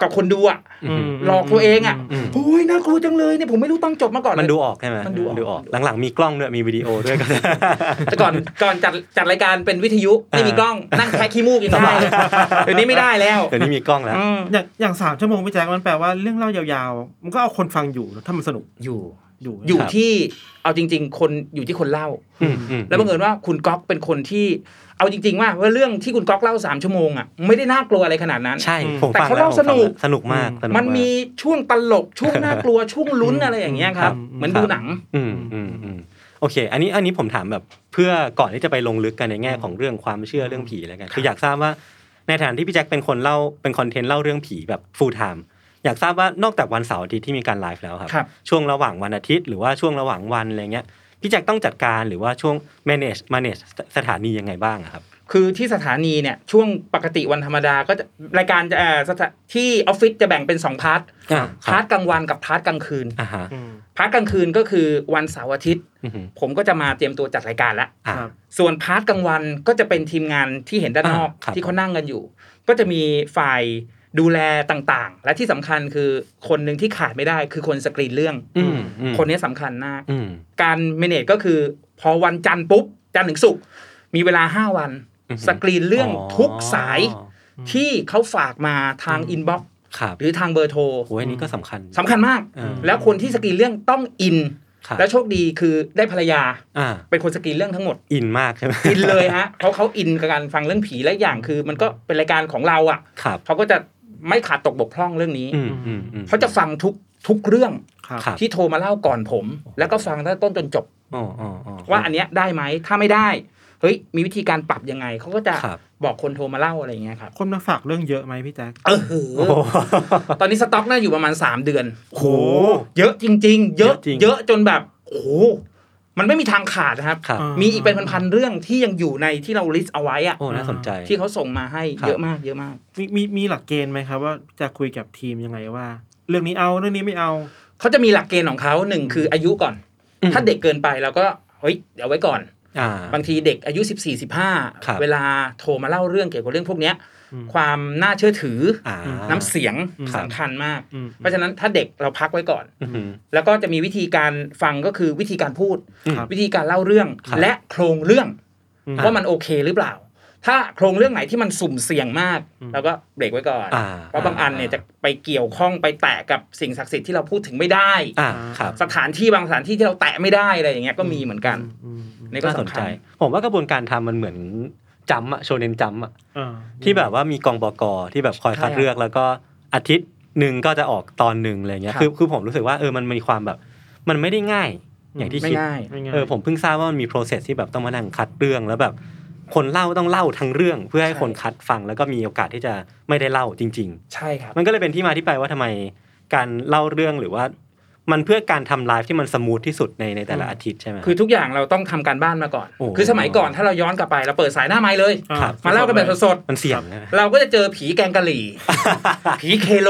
Speaker 3: กับคนดูอ่ะ
Speaker 1: อืม
Speaker 3: หลอกตัวเองอ่ะ
Speaker 1: อืม
Speaker 3: โอ้ยน่ากลัวจังเลยเนี่ยผมไม่รู้ตอนจบมาก่อนเลย
Speaker 1: มันดูออกใช่ไหม
Speaker 3: มันดูออก
Speaker 1: ดูออก หลังๆมีกล้องด้วยมีวิดีโอด้วยก็
Speaker 3: แต่ก่อนก่อนจัดจัดรายการเป็นวิทยุไม่มีกล้องนั่งแคะขี้มูกยัง
Speaker 1: ส
Speaker 3: ได้
Speaker 1: บาย
Speaker 3: เดี๋ยวนี้ไม่ได้แล้ว
Speaker 1: เดี๋ยวนี้มีกล้องแล้ว
Speaker 3: อืม
Speaker 2: อย่างอย่างสามชั่วโมงพี่แจ๊คมันแปลว่าเรื่องเล่ายาวๆ มันก็เอาคนฟังอยู่นะถ้ามันสนุก
Speaker 3: อยู่
Speaker 2: อยู่
Speaker 3: อยู่
Speaker 1: ครับ
Speaker 3: ที่เอาจริง ๆ คนอยู่ที่คนเล่า
Speaker 1: อืมอืม
Speaker 3: แล้วบังเอิญว่าคุณก๊อกเป็นคนที่เอาจริง ๆ ว่าว่าเรื่องที่คุณก๊อกเล่าสามชั่วโมงอ่ะไม่ได้น่ากลัวอะไรขนาดนั้น
Speaker 1: ใช่
Speaker 2: อืม
Speaker 1: ผม
Speaker 3: แต่
Speaker 1: ฟัง
Speaker 3: เขา
Speaker 1: แล้ว
Speaker 3: เล่า
Speaker 1: ผมฟัง
Speaker 3: สนุก
Speaker 1: แล้วสนุกมากสก
Speaker 3: มันมี
Speaker 1: าก
Speaker 3: ช่วงตลกช่วงน่ากลัว ช่วงลุ้นอะไรอย่างเงี้ยค
Speaker 1: ครั
Speaker 3: รับ
Speaker 1: บ
Speaker 3: เหมือนดูหนัง
Speaker 1: อืมอืมอืมโอเค อันนี้อันนี้ผมถามแบบเพื่อก่อนที่จะไปลงลึกกันในแง่ของเรื่องความเชื่อเรื่องผีแล้วกันคืออยากทราบว่าในฐานะที่พี่แจ็คเป็นคนเล่าเป็นคอนเทนต์เล่าเรื่องผีแบบ full time อยากทราบว่านอกจากวันเสาร์อาทิตย์ที่มีการไลฟ์แล้วครับ
Speaker 3: ครับ
Speaker 1: ช่วงระหว่างวันอาทิตย์หรือว่าช่วงระหว่างวันอะไรเงี้ยพี่แจ็คต้องจัดการหรือว่าช่วง manage manage สถานียังไงบ้างอะครับ
Speaker 3: คือที่สถานีเนี่ยช่วงปกติวันธรรมดาก็จะรายการจะเอ่อสถาที่ออฟฟิศจะแบ่งเป็นสองพาร์ท
Speaker 1: อ่าครับ
Speaker 3: พาร์ทกลางวันกับพาร์ทกลางคืน
Speaker 1: อ่าฮะ
Speaker 2: อืม
Speaker 3: พาร์ทกลางคืนก็คือวันเสาร์อาทิตย์
Speaker 1: อือหือ
Speaker 3: ผมก็จะมาเตรียมตัวจัดรายการละ
Speaker 1: อ่า
Speaker 2: ครับ
Speaker 3: ส่วนพาร์ทกลางวันก็จะเป็นทีมงานที่เห็นด้านนอก
Speaker 1: อ่าครับ
Speaker 3: ที่เขานั่งกันอยู่ ก็จะมีฝ่าย ดูแลต่างๆ และที่สำคัญคือคนหนึ่งที่ขาดไม่ได้คือคนสกรีนเรื่อง
Speaker 1: อืมอืม
Speaker 3: คนนี้สำคัญมาก
Speaker 1: อืม
Speaker 3: การเมเนจก็คือพอวันจันทร์ปุ๊บ จันทร์ถึงศุกร์มีเวลา 5 วัน
Speaker 1: อือหือ
Speaker 3: สกรีนเรื่องทุกสาย
Speaker 1: อ๋อ
Speaker 3: ที่เขาฝากมาทางอินบ็อกซ์
Speaker 1: ครับ
Speaker 3: หรือทางเบอร์โทร
Speaker 1: โอ้ยอันนี้ก็สำคัญ
Speaker 3: สำคัญมาก
Speaker 1: อืม
Speaker 3: แล้วคนที่สกรีนเรื่องต้องอิน
Speaker 1: ครับ
Speaker 3: แล้วโชคดีคือได้ภรรยา
Speaker 1: อ่า
Speaker 3: เป็นคนสกรีนเรื่องทั้งหมด
Speaker 1: อินมากใช่ไหม
Speaker 3: อินเลยฮะเพราะเขาอินกับการฟังเรื่องผีและอย่างคือ มันก็เป็นรายการของเราอ่ะ
Speaker 1: ครับ
Speaker 3: เขาก็จะไม่ขาดตกบกพร่องเรื่องนี้
Speaker 1: อืมอืมอืม
Speaker 3: เขาจะฟังทุกทุกเรื่อง
Speaker 2: ครับ
Speaker 1: ครับ
Speaker 3: ที่โทรมาเล่าก่อนผม แล้วก็ฟังตั้งแต่ต้นจนจบ
Speaker 1: อ๋ออ๋ออ๋อ
Speaker 3: ว่าอันเนี้ยได้ไหมถ้าไม่ได้ เฮ้ย มีวิธีการปรับยังไง เขาก็จะ
Speaker 1: ครับ
Speaker 3: บอกคนโทรมาเล่าอะไรอย่างเงี้ยครับ
Speaker 2: คนมาฝากเรื่องเยอะไหมพี่แจ๊ค
Speaker 3: เออเห
Speaker 1: โอ้
Speaker 3: อะ
Speaker 1: โห
Speaker 3: ตอนนี้สต็อกน่าอยู่ประมาณ 3 เดือน
Speaker 1: โห
Speaker 3: เยอะจริง ๆ เย
Speaker 1: เย
Speaker 3: อะ
Speaker 1: อะจริง
Speaker 3: เยอะจนแบบ โอ้โหมันไม่มีทางขาดนะครับ
Speaker 1: ครับ
Speaker 2: อ่า
Speaker 3: มีอีกเป็นพันๆเรื่องที่ยังอยู่ในที่เราลิสต์เอาไว้อะ
Speaker 1: โอ้ น่าสนใจ
Speaker 3: ที่เขาส่งมาให้
Speaker 1: ครับ
Speaker 3: เยอะมากเยอะมาก
Speaker 2: มีมีมีหลักเกณฑ์ไหมครับว่าจะคุยกับทีมยังไงว่า เรื่องนี้เอาเรื่องนี้ไม่เอา
Speaker 3: เขาจะมีหลักเกณฑ์ของเขาหนึ่งคืออายุก่อน
Speaker 1: อืม
Speaker 3: ถ้าเด็กเกินไปเราก็เฮ้ยเอาไว้ก่อน
Speaker 1: อ่า
Speaker 3: บางทีเด็กอายุ
Speaker 1: ค
Speaker 3: 14
Speaker 1: รับ
Speaker 3: 15 เวลาโทรมาเล่าเรื่องเกี่ยวกับเรื่องพวกเนี้ย
Speaker 2: อืม
Speaker 3: ความน่าเชื่อถืออ
Speaker 1: อ่า
Speaker 3: น้ำเสียง
Speaker 1: ครับ
Speaker 3: สำคัญมาก
Speaker 2: อืม
Speaker 3: เพราะฉะนั้นถ้าเด็กเราพักไว้ก่อน
Speaker 1: อืม
Speaker 3: แล้วก็จะมีวิธีการฟังก็คือวิธีการพูด
Speaker 2: ครับ
Speaker 3: วิธีการเล่าเรื่อง
Speaker 1: ครับ
Speaker 3: และโครงเรื่อง
Speaker 2: อืม
Speaker 3: ว่ามันโอเคหรือเปล่า ถ้าโครงเรื่องไหนที่มันสุ่มเสี่ยงมากเราก็เบรกไว้ก่อน
Speaker 1: อ่า
Speaker 3: เพราะบางอันเนี่ย
Speaker 1: อ่า
Speaker 3: จะไปเกี่ยวข้องไปแตะกับสิ่งศักดิ์สิทธิ์ที่เราพูดถึงไม่ได้
Speaker 1: อ่า ครับ
Speaker 3: สถานที่บางสถานที่ที่เราแตะไม่ได้อะไรอย่างเงี้ยก็มีเหมือนกัน
Speaker 2: อืมอืม
Speaker 3: นี่ก็
Speaker 1: น่าสน
Speaker 3: สำ
Speaker 1: ใจ
Speaker 3: คัญ
Speaker 1: ผมว่ากระบวนการทำมันเหมือนจำอะโชเนนจำอะ
Speaker 2: อ่า
Speaker 1: ที่แบบว่ามีกองบกที่แบบคอย
Speaker 3: ใช่
Speaker 1: คัดเลือกแล้วก็อาทิตย์หนึ่งก็จะออกตอนหนึ่งอะไรเงี้ย
Speaker 3: ครับ
Speaker 1: คือคือผมรู้สึกว่าเออมันมีความแบบ มันไม่ได้ง่ายอย่างที่
Speaker 3: ไม่
Speaker 1: คิด
Speaker 3: ง่าย
Speaker 2: ไม่ง่าย
Speaker 1: เออผมเพิ่งทราบว่ามันมี process ที่แบบต้องมานั่งคัดเรื่องแล้วแบบ คนเล่าต้องเล่าทั้งเรื่อง เพื่อให้
Speaker 3: ใช่
Speaker 1: คนคัดฟังแล้วก็มีโอกาสที่จะไม่ได้เล่าจริง
Speaker 3: ใช่ครับ
Speaker 1: ๆ มันก็เลยเป็นที่มาที่ไปว่าทำไมการเล่าเรื่องหรือว่า มันเพื่อการทำไลฟ์ที่มันสมูทที่สุดในในแต่ละอาทิตย์ใช่ไหม
Speaker 3: คือทุกอย่างเราต้องทำการบ้านมาก่อน
Speaker 1: โอ้
Speaker 3: คือสมัยก่อนถ้าเราย้อนกลับไปเราเปิดสายหน้าไม้เลย
Speaker 2: อ่
Speaker 1: ครับ
Speaker 3: มาเล่ากันแบบสด
Speaker 1: มันเสี่ยงนะ
Speaker 3: ๆ เราก็จะเจอผีแกงกะหรี่ ผีเคโล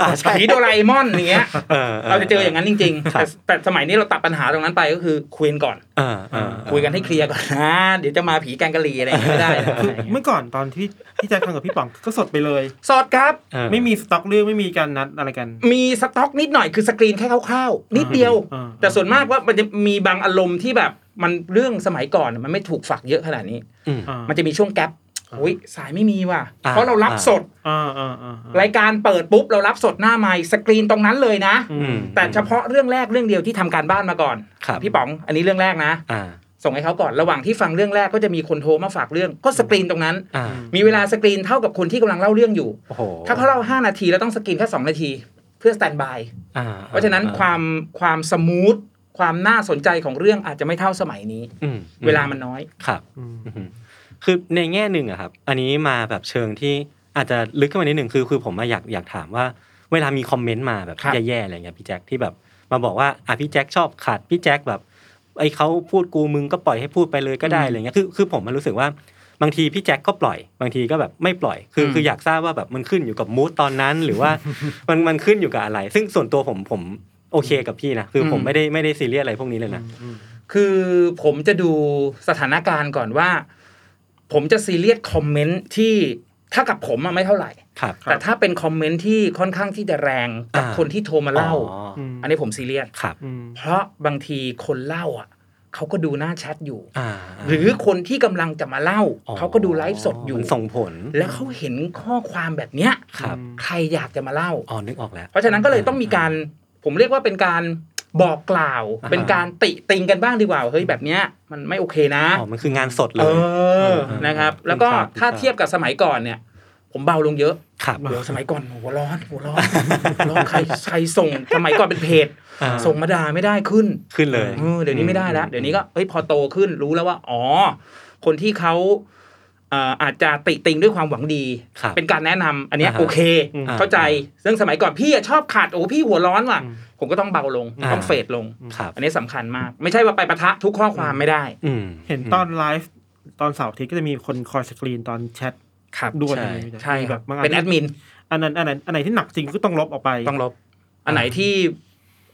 Speaker 1: อ่าใช่
Speaker 3: ผีโดราเอมอนอย่างเงี้ย
Speaker 1: เออ
Speaker 3: เราจะเจออย่างนั้นจริงๆ
Speaker 1: ครับ
Speaker 3: แต่แต่สมัยนี้เราตัดปัญหาตรงนั้นไปก็คือคุยกันก่อน
Speaker 1: เออเออเออ
Speaker 3: คุยกันให้เคลียร์ก่อน นะเดี๋ยวจะมาผีแกงกะหรี่อะไรอย่างเงี้ยไม่ได้นะ
Speaker 2: คือเมื่อก่อนตอนที่พี่แจ๊คทำกับพี่ป๋องก็สดไปเลย
Speaker 3: สอดครับ
Speaker 1: เออ
Speaker 2: ไม่มีสต็อกเรื่องไม่มีการนัดอะไรกัน
Speaker 3: มีสต็อกนิดหน่อยคือสกรีนแค่คร่าวๆนิดเดียว
Speaker 2: อ่า
Speaker 3: แต่ส่วนมากว่ามันจะมีบางอารมณ์ที่แบบมันเรื่องสมัยก่อนมันไม่ถูกฝักเยอะขนาดนี้
Speaker 1: อืม
Speaker 2: อ่า
Speaker 3: มันจะมีช่วงแกลบโอ้ยสายไม่มีว่ะ
Speaker 1: อ่า
Speaker 3: เพราะเรารับสด
Speaker 2: อ่าอ่าอ่าร
Speaker 3: ายการเปิดปุ๊บเรารับสดหน้าไมค์สกรีนตรงนั้นเลยนะ
Speaker 1: อืม
Speaker 3: แต่เฉพาะเรื่องแรกเรื่องเดียวที่ทำการบ้านมาก่อน
Speaker 1: ครับ
Speaker 3: พี่ป๋องอันนี้เรื่องแรกนะ
Speaker 1: อ่า
Speaker 3: ส่งให้เขาก่อนระหว่างที่ฟังเรื่องแรกก็จะมีคนโทรมาฝากเรื่องก็สกรีนตรงนั้น
Speaker 1: อ่า
Speaker 3: มีเวลาสกรีนเท่ากับคนที่กำลังเล่าเรื่องอยู่
Speaker 1: โอ้โห
Speaker 3: ถ้าเขาเล่า 5 นาทีแล้วต้องสกรีนแค่ 2 นาที เพื่อสแตนบาย
Speaker 1: อ่า
Speaker 3: เพราะฉะนั้นความความสมูทความน่าสนใจของเรื่องอาจจะไม่เท่าสมัยนี้
Speaker 1: อืม
Speaker 3: เวลามันน้อย
Speaker 1: ครับคือในแง่หนึ่งอะครับ อันนี้มาแบบเชิงที่อาจจะลึกขึ้นมานิดหนึ่งคือคือผมมาอยากอยากถามว่า เวลามีคอมเมนต์มาแบบ
Speaker 3: ครับ
Speaker 1: แย่ๆอะไรเงี้ยพี่แจ็คที่แบบมาบอกว่าอ่ะพี่แจ็คชอบขัดพี่แจ็คแบบไอ้เขาพูดกูมึงก็ปล่อยให้พูดไปเลยก็ได้
Speaker 3: อืม
Speaker 1: อะไรเงี้ยคือคือผมมันรู้สึกว่าบางทีพี่แจ็คก็ปล่อย บางทีก็แบบไม่ปล่อย คือ
Speaker 3: อืม
Speaker 1: คืออยากทราบว่าแบบมันขึ้นอยู่กับมูทตอน นั้นหรือว่า มันมันขึ้นอยู่กับอะไร ซึ่งส่วนตัวผมผมโอเคกับพี่นะคือผมไม่ได้ไม่ได้ซีเรียสอะไรพวกนี้เลยนะ
Speaker 2: อืม
Speaker 3: คือผมจะดูสถานการณ์ก่อนว่า ผมจะซีเรียสคอมเมนต์ที่ถ้ากับผมอะไม่เท่าไหร่
Speaker 1: ครับ
Speaker 3: แต่ถ้าเป็นคอมเมนต์ที่ค่อนข้างที่จะแรงกับ
Speaker 1: อ่า
Speaker 3: คนที่โทรมาเล่า
Speaker 1: อ๋ออ
Speaker 2: ม
Speaker 3: อันนี้ผมซีเรียส
Speaker 1: ครับ
Speaker 2: อืม
Speaker 3: เพราะบางทีคนเล่าอ่ะเขาก็ดูหน้าแชทอยู่
Speaker 1: อ่า
Speaker 3: หรือคนที่กำลังจะมาเล่า
Speaker 1: อ๋อ
Speaker 3: เขาก็ดูไลฟ์สดอยู่
Speaker 1: มันส่งผล
Speaker 3: แล้วเขาเห็นข้อความแบบเนี้ย
Speaker 1: ครับ
Speaker 3: ใครอยากจะมาเล่า
Speaker 1: อ๋อนึกออกแล้ว
Speaker 3: เพราะฉะนั้นก็เลยต้องมีการผมเรียกว่าเป็นการบอกกล่าว
Speaker 1: อ่าฮะ
Speaker 3: เป็นการติติงกันบ้างดีกว่าเฮ้ยแบบเนี้ยมันไม่โอเคนะ
Speaker 1: อ๋อมันคืองานสดเล
Speaker 3: เอย อ
Speaker 1: เออ
Speaker 3: นะครับ
Speaker 1: เออ
Speaker 3: แล้วก็
Speaker 1: ครับ
Speaker 3: ถ้าเทียบกับสมัยก่อนเนี่ย ผมเบาลงเยอะ
Speaker 1: ครับ
Speaker 3: เดี๋ยวสมัยก่อนหัวร้อนหัวร้อนหัวร้อนใครใครส่งสมัยก่อนเป็นเพจ
Speaker 1: อ่า
Speaker 3: ส่งมาด่าไม่ได้ขึ้น
Speaker 1: ขึ้นเลย
Speaker 3: เออเดี๋ยวนี้ไม่ได้แล้ว เดี๋ยวนี้ก็เอ้ยพอโตขึ้นรู้แล้วว่า อ๋อ คนที่เขาเอ่ออาจจะติติงด้วยความหวังดี
Speaker 1: ครับ
Speaker 3: เป็นการแนะนำอันเนี้ย
Speaker 1: อ่าฮะ
Speaker 3: โอเค
Speaker 1: อ่า
Speaker 3: เข้าใจเรื่องสมัยก่อนพี่อะชอบขาดโอ้พี่หัวร้อนว่ะ ผมก็ต้องเบาลง
Speaker 1: อ่า
Speaker 3: ต้องเฟดลง
Speaker 1: ครับ
Speaker 3: อันนี้สำคัญมาก ไม่ใช่ว่าไปปะทะทุกข้อความไม่ได้
Speaker 1: อืม
Speaker 2: เห็นตอนไลฟ์ตอนเสาร์อาทิตย์ก็จะมีคนคอยสกรีนตอนแชท
Speaker 3: ครับ
Speaker 2: ด้วย
Speaker 1: ใช่
Speaker 2: ไหมพี่แจ๊ค
Speaker 3: ใช่
Speaker 2: มี
Speaker 3: ครับบ
Speaker 2: แบางอั
Speaker 3: เป็น นแอดมิน
Speaker 2: อันนั้นอันไหนอันไหนที่หนักจริงก็ต้องลบออกไป
Speaker 3: ต้องลบ อันไหนที่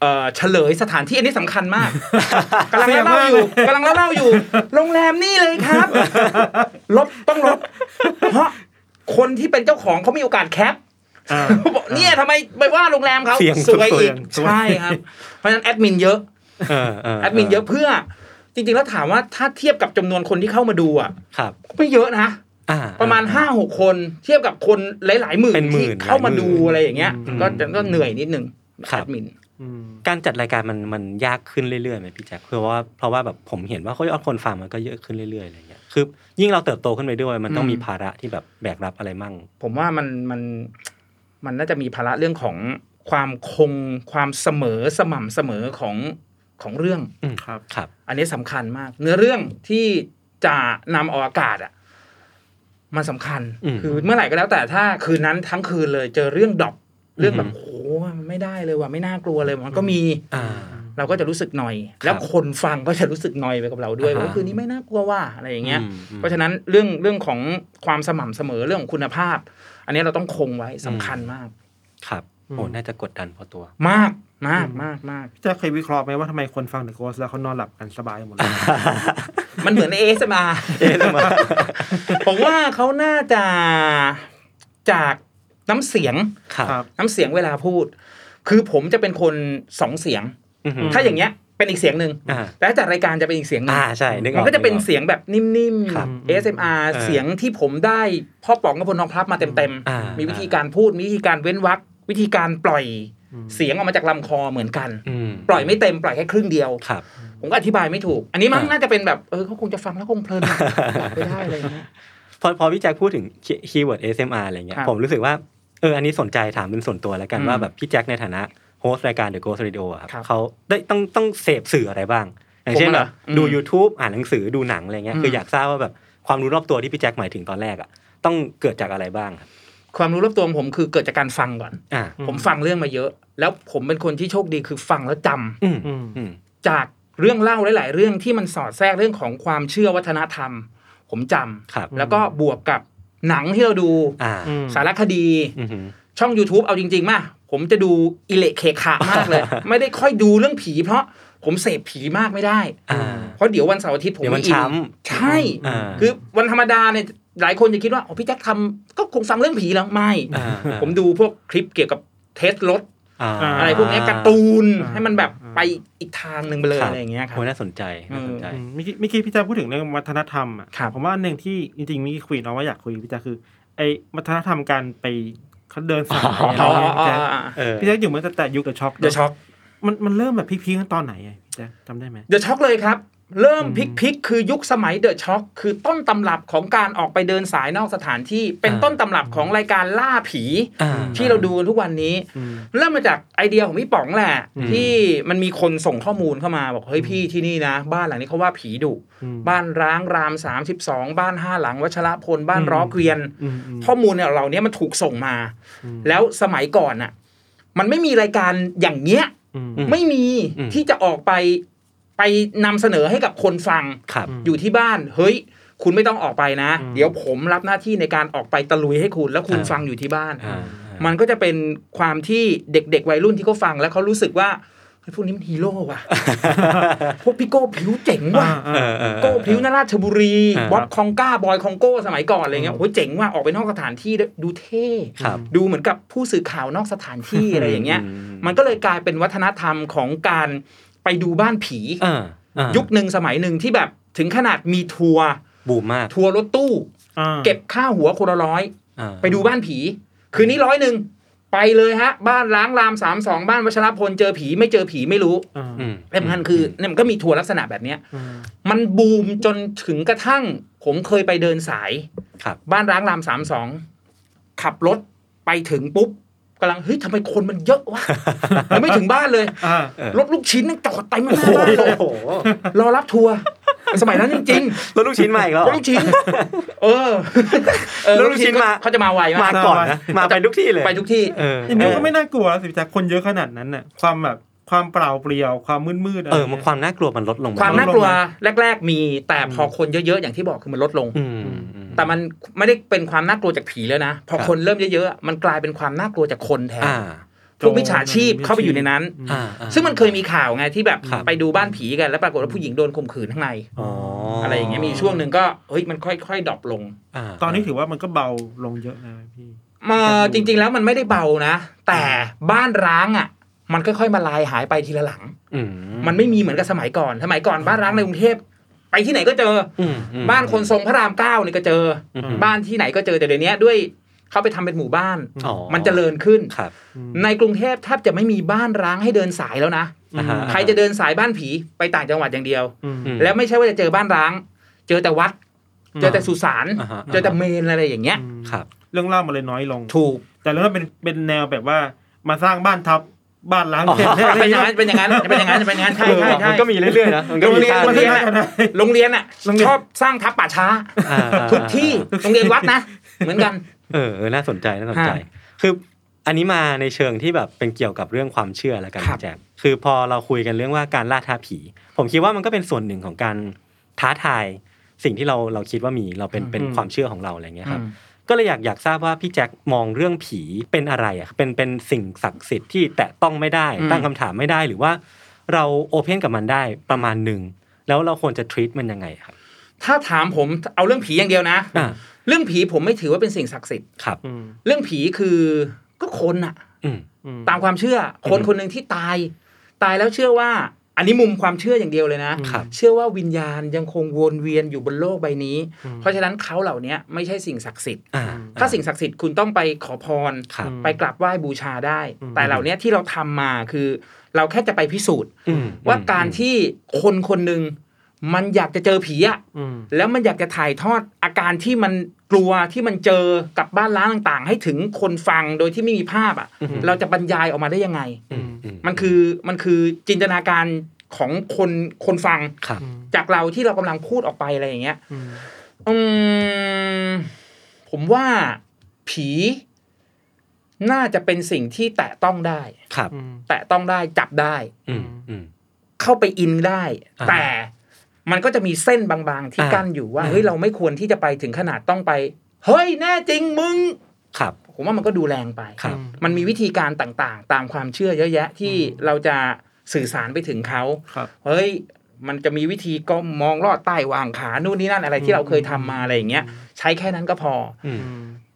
Speaker 3: เอ่อเฉลยสถานที่อันนี้สำคัญ มากกำลัง
Speaker 2: เสี่ย
Speaker 3: เล่าม
Speaker 2: งาก
Speaker 3: อยู่
Speaker 2: เลย
Speaker 3: กำลังเล่าอยู่ โรงแรมนี่เลย ครับ ลบต้องลบ เพราะคนที่เป็นเจ้าของเขามีโอกาสแคป
Speaker 2: อ่า
Speaker 3: บอกเนี่ยทำไมไปว่าโรงแรมเขา
Speaker 1: เสี่ยง
Speaker 3: สวยอี ก
Speaker 2: สวย
Speaker 3: ใช่ครับ เพราะฉะนั้นแอดมินเยอะ
Speaker 1: เเ
Speaker 3: แอดมินเยอะเพื่อ จริงๆแล้วถามว่าถ้าเทียบกับจำนวนคนที่เข้ามาดูอ่ะ
Speaker 1: ครับ
Speaker 3: ไม่เยอะนะ
Speaker 1: อ่
Speaker 3: ประมาณห้าหกคนเทียบกับคนหลายๆหมื่น
Speaker 1: เป็นหมื่
Speaker 3: ที่
Speaker 1: น
Speaker 3: เข้ามา
Speaker 1: หลายหมื่น
Speaker 3: ดูอะไรอย่างเงี้ย
Speaker 1: อืม
Speaker 3: ก็จะก็เหนื่อยนิดนึง
Speaker 1: ครั
Speaker 3: แอบ ดมิน
Speaker 2: อืม
Speaker 1: การจัดรายการมันมันยากขึ้นเรื่อยๆไหมพี่แจ็คเพราะว่าเพราะว่าแบบผมเห็นว่าเขายอดคนฟังมันก็เยอะขึ้นเรื่อยๆอะไรเงี้ยคือยิ่งเราเติบโตขึ้นไปด้วยมันต้อง
Speaker 3: อืม
Speaker 1: มีภาระที่แบบแบกรับอะไรมั่ง
Speaker 3: ผมว่ามันมันมันน่าจะมีภาระเรื่องของความคงความเสมอสม่ำเสมอของของเรื่อง
Speaker 2: ครับ
Speaker 1: ครับ
Speaker 3: อันนี้สำคัญมาก เนื้อเรื่องที่จะนำออกอากาศอ่ะมันสำคัญ
Speaker 1: อืม
Speaker 3: คือเมื่อไหร่ก็แล้วแต่ถ้าคืนนั้นทั้งคืนเลยเจอเรื่องดรอปเรื่องแบ
Speaker 1: อื
Speaker 3: บ
Speaker 1: ม
Speaker 3: โอ้มันไม่ได้เลยว่ะไม่น่ากลัวเลยมันก็มี
Speaker 1: อ่า
Speaker 3: เราก็จะรู้สึกหน่อย แล้วคนฟังก็จะรู้สึกหน่อยไปกับเราด้วย
Speaker 1: อ่าฮะ
Speaker 3: ว่าคืนนี้ไม่น่ากลัวว่าอะไรอย่างเงี้ย
Speaker 1: อืมอืม
Speaker 3: เพราะฉะนั้นเรื่องเรื่องของความสม่ำเสมอเรื่องของคุณภาพ อันนี้เราต้องคงไว้สำคัญมาก
Speaker 1: ครับโอ้
Speaker 2: อืม
Speaker 1: น่าจะกดดันพอตัว
Speaker 3: มากมากมากมาก
Speaker 2: จะเคยวิเคราะห์ไหมว่าทำไมคนฟังเดอะโกสแล้วเขานอนหลับกันสบายหมดเลย
Speaker 3: มันเหมือนเอส มาเอสมาผมว่าเขาน่าจะจากน้ำเสียง
Speaker 1: ครับ
Speaker 2: ครับ
Speaker 3: น้ำเสียงเวลาพูด คือผมจะเป็นคนสองเสียง
Speaker 1: อือหือ
Speaker 3: ถ้าอย่างเงี้ยเป็นอีกเสียงหนึ่ง
Speaker 1: อ่า
Speaker 3: แต่ถ้าจัดรายการจะเป็นอีกเสียงหนึ่ง
Speaker 1: อ่าใช่นึกอ
Speaker 3: มั
Speaker 1: อน ก
Speaker 3: ก็จะเป็น
Speaker 1: ออ
Speaker 3: เสียงแบบนิ่ม
Speaker 1: ครับ
Speaker 3: ๆ ASMR
Speaker 1: เออ
Speaker 3: เสียงที่ผมได้พ่อป๋องกับพลน้องพลับมาเต็ม
Speaker 1: อ่ามี
Speaker 3: มีวิธีการพูดมีวิธีการเว้นวรรควิธีการปล่อยเสียงออกมาจากลำคอเหมือนกัน
Speaker 1: อืม
Speaker 3: ปล่อยไม่เต็มปล่อยแค่ครึ่งเดียว
Speaker 1: ครับ
Speaker 3: ผมก็อธิบายไม่ถูก อันนี้มั้ง
Speaker 1: อ่า
Speaker 3: น่าจะเป็นแบบเออเขาคงจะฟังแล้วคงเพลินอะหลับไปได้อะ ไรอย่างเงี้ย
Speaker 1: พอพอพี่แจ็คพูดถึงคีย์เวิร์ด ASMR อะไรเงี้ย
Speaker 3: ครับ
Speaker 1: ผมรู้สึกว่าเอออันนี้สนใจถามเป็นส่วนตัวแล้วกัน
Speaker 3: อืม
Speaker 1: ว่าแบบพี่แจ็คในฐานะโฮสต์รายการ The Ghost Radio อะครับ
Speaker 3: ครับ
Speaker 1: เขาได้ต้องต้องเสพสื่ออะไรบ้าง อย่างเช่น
Speaker 3: ผมอะ
Speaker 1: แบบ
Speaker 3: อืม
Speaker 1: ดู YouTube อ่านหนังสือดูหนังอะไรเงี้ย
Speaker 3: อืม
Speaker 1: คืออยากทราบว่าแบบความรู้รอบตัวที่พี่แจ็คหมายถึงตอนแรกอะต้องเกิดจากอะไรบ้างครับ
Speaker 3: ความรู้รอบตัวของผมคือเกิดจากการฟังก่อน
Speaker 1: อ่า
Speaker 3: ผมฟังเรื่องมาเยอะ แล้วผมเป็นคนที่โชคดีคือฟังแล้วจำ
Speaker 1: อืม
Speaker 2: อืม
Speaker 1: อืม
Speaker 3: จากเรื่องเล่าหลาย ๆ เรื่องที่มันสอดแทรกเรื่องของความเชื่อวัฒนธรรม ผมจำ
Speaker 1: ครับ
Speaker 3: แล้วก็บวกกับหนังที่เราดู
Speaker 1: อ่า
Speaker 2: อืม
Speaker 3: สารคดี
Speaker 1: อือหือ
Speaker 3: ช่อง YouTube เอาจริง ๆ มาก ผมจะดูอิเละเคขะมากเลย ไม่ได้ค่อยดูเรื่องผี เพราะผมเสพผีมากไม่ได้
Speaker 1: อ่า
Speaker 3: เพราะเดี๋ยววันเสาร์อาทิตย์ผม
Speaker 1: เดี๋ยวมัน
Speaker 3: ไอิ
Speaker 1: ช้ำ
Speaker 3: ใช่
Speaker 1: อ่า
Speaker 3: คือวันธรรมดาเนี่ยหลายคนจะคิดว่าอ๋อพี่แจ็คทำก็คงฟังเรื่องผีแล้วไม่
Speaker 1: อ่าอ่า
Speaker 3: ผมดูพวกคลิปเกี่ยวกับเทสรถ
Speaker 1: า
Speaker 3: อะไรพวกเนี้ยการ์ตูน
Speaker 2: อ่า
Speaker 3: ให้มันแบบไปอีกทางหนึ่งไปเลย
Speaker 1: ครับ
Speaker 3: อะไรอย่างเงี้ยครับ
Speaker 1: โอ้ยน่าสนใจน่าสนใจ
Speaker 2: อืมเมื่อกี้เมื่อกี้พี่แจ๊คพูดถึงเรื่องวัฒนธรรมอ่ะ
Speaker 3: ครับ
Speaker 2: ผมว่าอันหนึ่งที่จริงๆเมีคุยเนาะว่าอยากคุยพี่แจ๊คคือไอ้วัฒนธรรมการไปเขาเดินสายอะไรอย่างเงี้ยพี่แจ๊ค
Speaker 3: อ๋ออ๋ออ๋อ
Speaker 1: เออ
Speaker 2: พี่แจ๊คอยู่มาตั้งแต่ยุคเดอะช็อก
Speaker 3: เดี๋ยวช็อก
Speaker 2: มันมันเริ่มแบบพีคๆกันตอนไหนอะพี่แจ๊คจำได้ไหม
Speaker 3: เดอะช็อกเลยครับ เริ่ม
Speaker 2: อืม
Speaker 3: พลิกพลิกคือยุคสมัยเดอะช็อกคือต้นตำรับของการออกไปเดินสายนอกสถานที่ เป็น
Speaker 1: อ่า
Speaker 3: ต้นตำรับของรายการล่าผี
Speaker 1: อ่า
Speaker 3: ที่เราดูกันทุกวันนี้
Speaker 2: อืม
Speaker 3: เริ่มมาจากไอเดียของพี่ป๋องแหละ
Speaker 1: อืม
Speaker 3: ที่มันมีคนส่งข้อมูลเข้ามาบอกเฮ้ยพี่ที่นี่นะ บ้านหลังนี้เขาว่าผีดุ
Speaker 2: อืม
Speaker 3: บ้านร้างราม 32 บ้านห้าหลังวัชรพลบ้านร้อเกวียน
Speaker 2: อืมอืม
Speaker 3: ข้อมูลเนี่ยเหล่านี้มันถูกส่งมา
Speaker 2: อืม
Speaker 3: แล้วสมัยก่อนน่ะมันไม่มีรายการอย่างเงี้ย
Speaker 2: อืม
Speaker 1: อืม
Speaker 3: ไม่มี
Speaker 1: อืม
Speaker 3: ที่จะออกไปไปนำเสนอให้กับคนฟัง
Speaker 1: ครับ
Speaker 3: อยู่ที่บ้าน เฮ้ย คุณไม่ต้องออกไปนะ
Speaker 2: อืม
Speaker 3: เดี๋ยวผมรับหน้าที่ในการออกไปตะลุยให้คุณ แล้วคุณ
Speaker 1: อ่า
Speaker 3: ฟังอยู่ที่บ้าน
Speaker 1: อ่ามั
Speaker 3: มันก็จะเป็นความที่เด็กๆวัยรุ่นที่เขาฟังแล้วเขารู้สึกว่าเฮ้ยพวกนี้มันฮีโร่ ว่ะ พวกพี่โก้ผิวเจ๋งว่ะ
Speaker 2: อ่าอ่า
Speaker 1: เออเออ
Speaker 3: โก้ผิวนาราชบุรี
Speaker 1: อ่า
Speaker 3: บอสคองก้าบอยคองโก้สมัยก่อนอะไรเงี้ยโอ้ยเจ๋งว่ะออกไปนอกสถานที่ด้วยดูเท่
Speaker 1: ครับ
Speaker 3: ดูเหมือนกับผู้สื่อข่าวนอกสถานที่ อะไรอย่างเงี้ย
Speaker 1: อืม
Speaker 3: มันก็เลยกลายเป็นวัฒนธรรมของการไปดูบ้านผี
Speaker 1: อ่าอ่า
Speaker 3: ยุคหนึ่งสมัยหนึ่งที่แบบถึงขนาดมีทัวร์
Speaker 1: บูมมาก
Speaker 3: ทัวร์รถตู้
Speaker 2: อ่า
Speaker 3: เก็บค่าหัวคนละร้อย
Speaker 1: อ่า
Speaker 3: ไปดูบ้านผี คืนนี้ร้อยหนึ่งไปเลยฮะ บ้านล้างรามสามสองบ้านวัชรพลเจอผีไม่เจอผีไม่รู้
Speaker 2: อ่า
Speaker 1: อืม
Speaker 3: แต่สำคัญคือเนี่ยมันก็มีทัวร์ลักษณะแบบเนี้ย
Speaker 2: อ่า
Speaker 3: มันบูมจนถึงกระทั่ง ผมเคยไปเดินสาย
Speaker 1: ครับ
Speaker 3: บ้านร้างรามสามสองขับรถไปถึงปุ๊บกำลังเฮ้ยทำไมคนมันเยอะ วะ ยังไม่ถึงบ้านเลย
Speaker 2: อ่า
Speaker 1: เออ
Speaker 3: รถลูกชิ้นนั่งจอดเต็มหน้าบ้านเลยรอรับทัวร์สมัยนั้นจริง
Speaker 1: แล้วลูกชิ้นมาอีก
Speaker 3: ๆ
Speaker 1: แล้ว
Speaker 3: ร
Speaker 1: เห
Speaker 3: ถ
Speaker 1: รอ
Speaker 3: ลูกชิ้น เออเออ
Speaker 1: แล้วลูกชิ้นมา
Speaker 3: เขาจะมาไว
Speaker 1: มาม
Speaker 3: าก
Speaker 1: ก่อนนะ มาไปทุกที่เลย
Speaker 3: ไปทุกที่
Speaker 1: เออ
Speaker 2: อย่างนี้ก็ไม่น่ากลัวสิพี่แจ๊คคนเยอะขนาดนั้นน่ะความแบบความเปล่าเปลี่ยวความมืดมืดๆะไร
Speaker 1: เอ
Speaker 2: งี้
Speaker 1: อย มันความน่ากลัวมันลดลงไห
Speaker 3: ความ
Speaker 2: ลดลง
Speaker 3: น่ากลัวแรก ๆ มีแต่พอคนเยอะๆอย่างที่บอกคือมันลดลง
Speaker 1: อืมอืม
Speaker 3: แต่มันไม่ได้เป็นความน่ากลัวจากผีแล้วนะพอ
Speaker 1: ครับ
Speaker 3: คนเริ่มเยอะๆมันกลายเป็นความน่ากลัวจากคนแทน
Speaker 1: อ่า
Speaker 3: พวกมิจฉาชีพเข้าไปอยู่ในนั้น
Speaker 1: อ่าอ่า
Speaker 3: ซึ่งมันเคยมีข่าวไงที่แบบ
Speaker 1: ครับ
Speaker 3: ไปดูบ้านผีกันแล้วปรากฏว่าผู้หญิงโดนข่มขืนข้างใน
Speaker 1: อ๋ออ
Speaker 3: อะไรอย่างเงี้ยมีช่วงหนึ่งก็เฮ้ยมันค่อยๆดรอปลง
Speaker 1: า
Speaker 2: ตอนนี้ถือว่ามันก็เบาลงเยอะนะพี่
Speaker 3: มาจริง ๆ แล้วมันไม่ได้เบานะ แต่บ้านร้างอ่ะ มันค่อยๆมาลายหายไปทีละหลัง
Speaker 1: อืม
Speaker 3: มันไม่มีเหมือนกับสมัยก่อน สมัยก่อนบ้านร้างในกรุงเทพไปที่ไหนก็เจออ
Speaker 1: อืมอืม
Speaker 3: บ้านคนทรงพระรามเก้านี่ก็เจออ
Speaker 1: ม
Speaker 3: บ้านที่ไหนก็เจอแต่เดี๋ยวนี้ด้วยเขาไปทำเป็นหมู่บ้าน
Speaker 1: อ๋อ
Speaker 3: มันจเจริญขึ้น
Speaker 1: ครับ
Speaker 3: ในกรุงเทพแทบจะไม่มีบ้านร้างให้เดินสายแล้วนะ
Speaker 1: อ่าฮ
Speaker 3: ใครจะเดินสายบ้านผีไปต่างจังหวัดอย่างเดียว
Speaker 1: อืม
Speaker 3: แล้วไม่ใช่ว่าจะเจอบ้านร้าง เจอแต่วัด เจอแต่สุสาน
Speaker 1: อ่าฮะ
Speaker 3: เจอแต่เมนอะไรอย่างเงี้ย
Speaker 1: ครับ
Speaker 2: เรื่องเล่ามันเลยน้อยลง
Speaker 1: ถูก
Speaker 2: แต่เรื่องนั้นเป็นเป็นแนวแบบว่ามาสร้างบ้านทับบ้านล้าง
Speaker 1: อ๋อ
Speaker 2: เสร็จแล้ว
Speaker 3: เป็นอย่างนั้นเป็นอย่างนั้นเป็นอย่างนั้นเป็นอย่างนั้นใช่ใช่ใช่
Speaker 1: มันก็มีเรื่อยๆนะมันก็
Speaker 3: โร
Speaker 1: มี
Speaker 3: งเรียน
Speaker 1: ท่า
Speaker 3: โรงเรียน
Speaker 1: รื่อ
Speaker 2: กันนะ
Speaker 3: โรงเรียนอ่ะ
Speaker 2: โรงเรียน
Speaker 3: ชอบสร้างทับป่าช้า
Speaker 1: อ่า
Speaker 3: ทุกที่โรงเรียนวัดนะ เหมือนกัน
Speaker 1: เออเออน่าสนใจน่าสนใจ
Speaker 3: ฮะ
Speaker 1: คืออันนี้มาในเชิงที่แบบเป็นเกี่ยวกับเรื่องความเชื่อแล้วกัน
Speaker 3: ครับ
Speaker 1: พี่แจ๊คคือพอเราคุยกันเรื่องว่าการล่าท้าผี ผมคิดว่ามันก็เป็นส่วนหนึ่งของการท้าทาย สิ่งที่เราเราคิดว่ามีเราเป็นเป็นความเชื่อของเราอะไรเงี้ยครับ ก็เลยอยากอยากทราบว่าพี่แจ็คมองเรื่องผีเป็นอะไรอ่ะเป็นเป็นสิ่งศักดิ์สิทธิ์ที่แตะต้องไม่ได้
Speaker 3: อืม
Speaker 1: ตั้งคำถามไม่ได้หรือว่า เราโอเพนกับมันได้ประมาณหนึ่งแล้วเราควรจะ treat มันยังไงครับ
Speaker 3: ถ้าถามผมเอาเรื่องผีอย่างเดียวนะ
Speaker 1: อ่า
Speaker 3: เรื่องผีผมไม่ถือว่าเป็นสิ่งศักดิ์สิทธิ์
Speaker 1: ครับ
Speaker 2: อืม
Speaker 3: เรื่องผีคือก็คนอะ
Speaker 1: อืม
Speaker 2: อืม
Speaker 3: ตามความเชื่อ คน
Speaker 1: อืม
Speaker 3: คนหนึ่งที่ตาย ตายแล้วเชื่อว่า อันนี้มุมความเชื่ออย่างเดียวเลยนะ
Speaker 1: ครับ
Speaker 3: เชื่อว่าวิญญาณยังคงวนเวียนอยู่บนโลกใบนี้ เพราะฉะนั้นเขาเหล่านี้ไม่ใช่สิ่งศักดิ์สิทธิ์
Speaker 1: อ่า
Speaker 3: ถ้าสิ่งศักดิ์สิทธิ์คุณต้องไปขอพร
Speaker 1: ครับ
Speaker 3: ไปกราบไหว้บูชาได้
Speaker 2: อืม
Speaker 3: แต่เหล่านี้ที่เราทำมาคือ เราแค่จะไปพิสูจน์
Speaker 1: อืม
Speaker 3: ว่าการที่คนคนหนึ่งมันอยากจะเจอผีอะ
Speaker 2: อืม
Speaker 3: แล้วมันอยากจะถ่ายทอดอาการที่มันกลัวที่มันเจอกับบ้านร้างต่างๆ ให้ถึงคนฟังโดยที่ไม่มีภาพอะ
Speaker 2: อือฮึ
Speaker 3: เราจะบรรยายออกมาได้ยังไง
Speaker 1: อืมอื
Speaker 3: มันคือมันคือจินตนาการของคนคนฟัง
Speaker 1: ครับ
Speaker 3: จากเราที่เรากำลังพูดออกไปอะไรอย่างเงี้ย
Speaker 2: อืม
Speaker 3: อืมผมว่าผีน่าจะเป็นสิ่งที่แตะต้องได้
Speaker 1: ครับ
Speaker 2: อืม
Speaker 3: แตะต้องได้จับได้
Speaker 1: อืมอืม
Speaker 3: เข้าไปอินได้
Speaker 1: อ่า
Speaker 3: แต่มันก็จะมีเส้นบางๆ ที่
Speaker 1: อ่ากั้
Speaker 3: กั้นอยู่ว่า
Speaker 1: อ่า
Speaker 3: เฮ้ยเราไม่ควรที่จะไปถึงขนาดต้องไป เฮ้ยแน่จริงมึง
Speaker 1: ครับ
Speaker 3: ผมว่ามันก็ดูแรงไป
Speaker 1: ครับ
Speaker 3: มันมีวิธีการต่างๆ ตามความเชื่อเยอะแยะที่เราจะสื่อสารไปถึงเขา
Speaker 2: ครับ
Speaker 3: เฮ้ย มันจะมีวิธีก็มองลอดใต้วางขานู่นนี่นั่นอะไรที่เราเคยทำมาอะไรอย่างเงี้ย ใช้แค่นั้นก็พอ
Speaker 1: อืม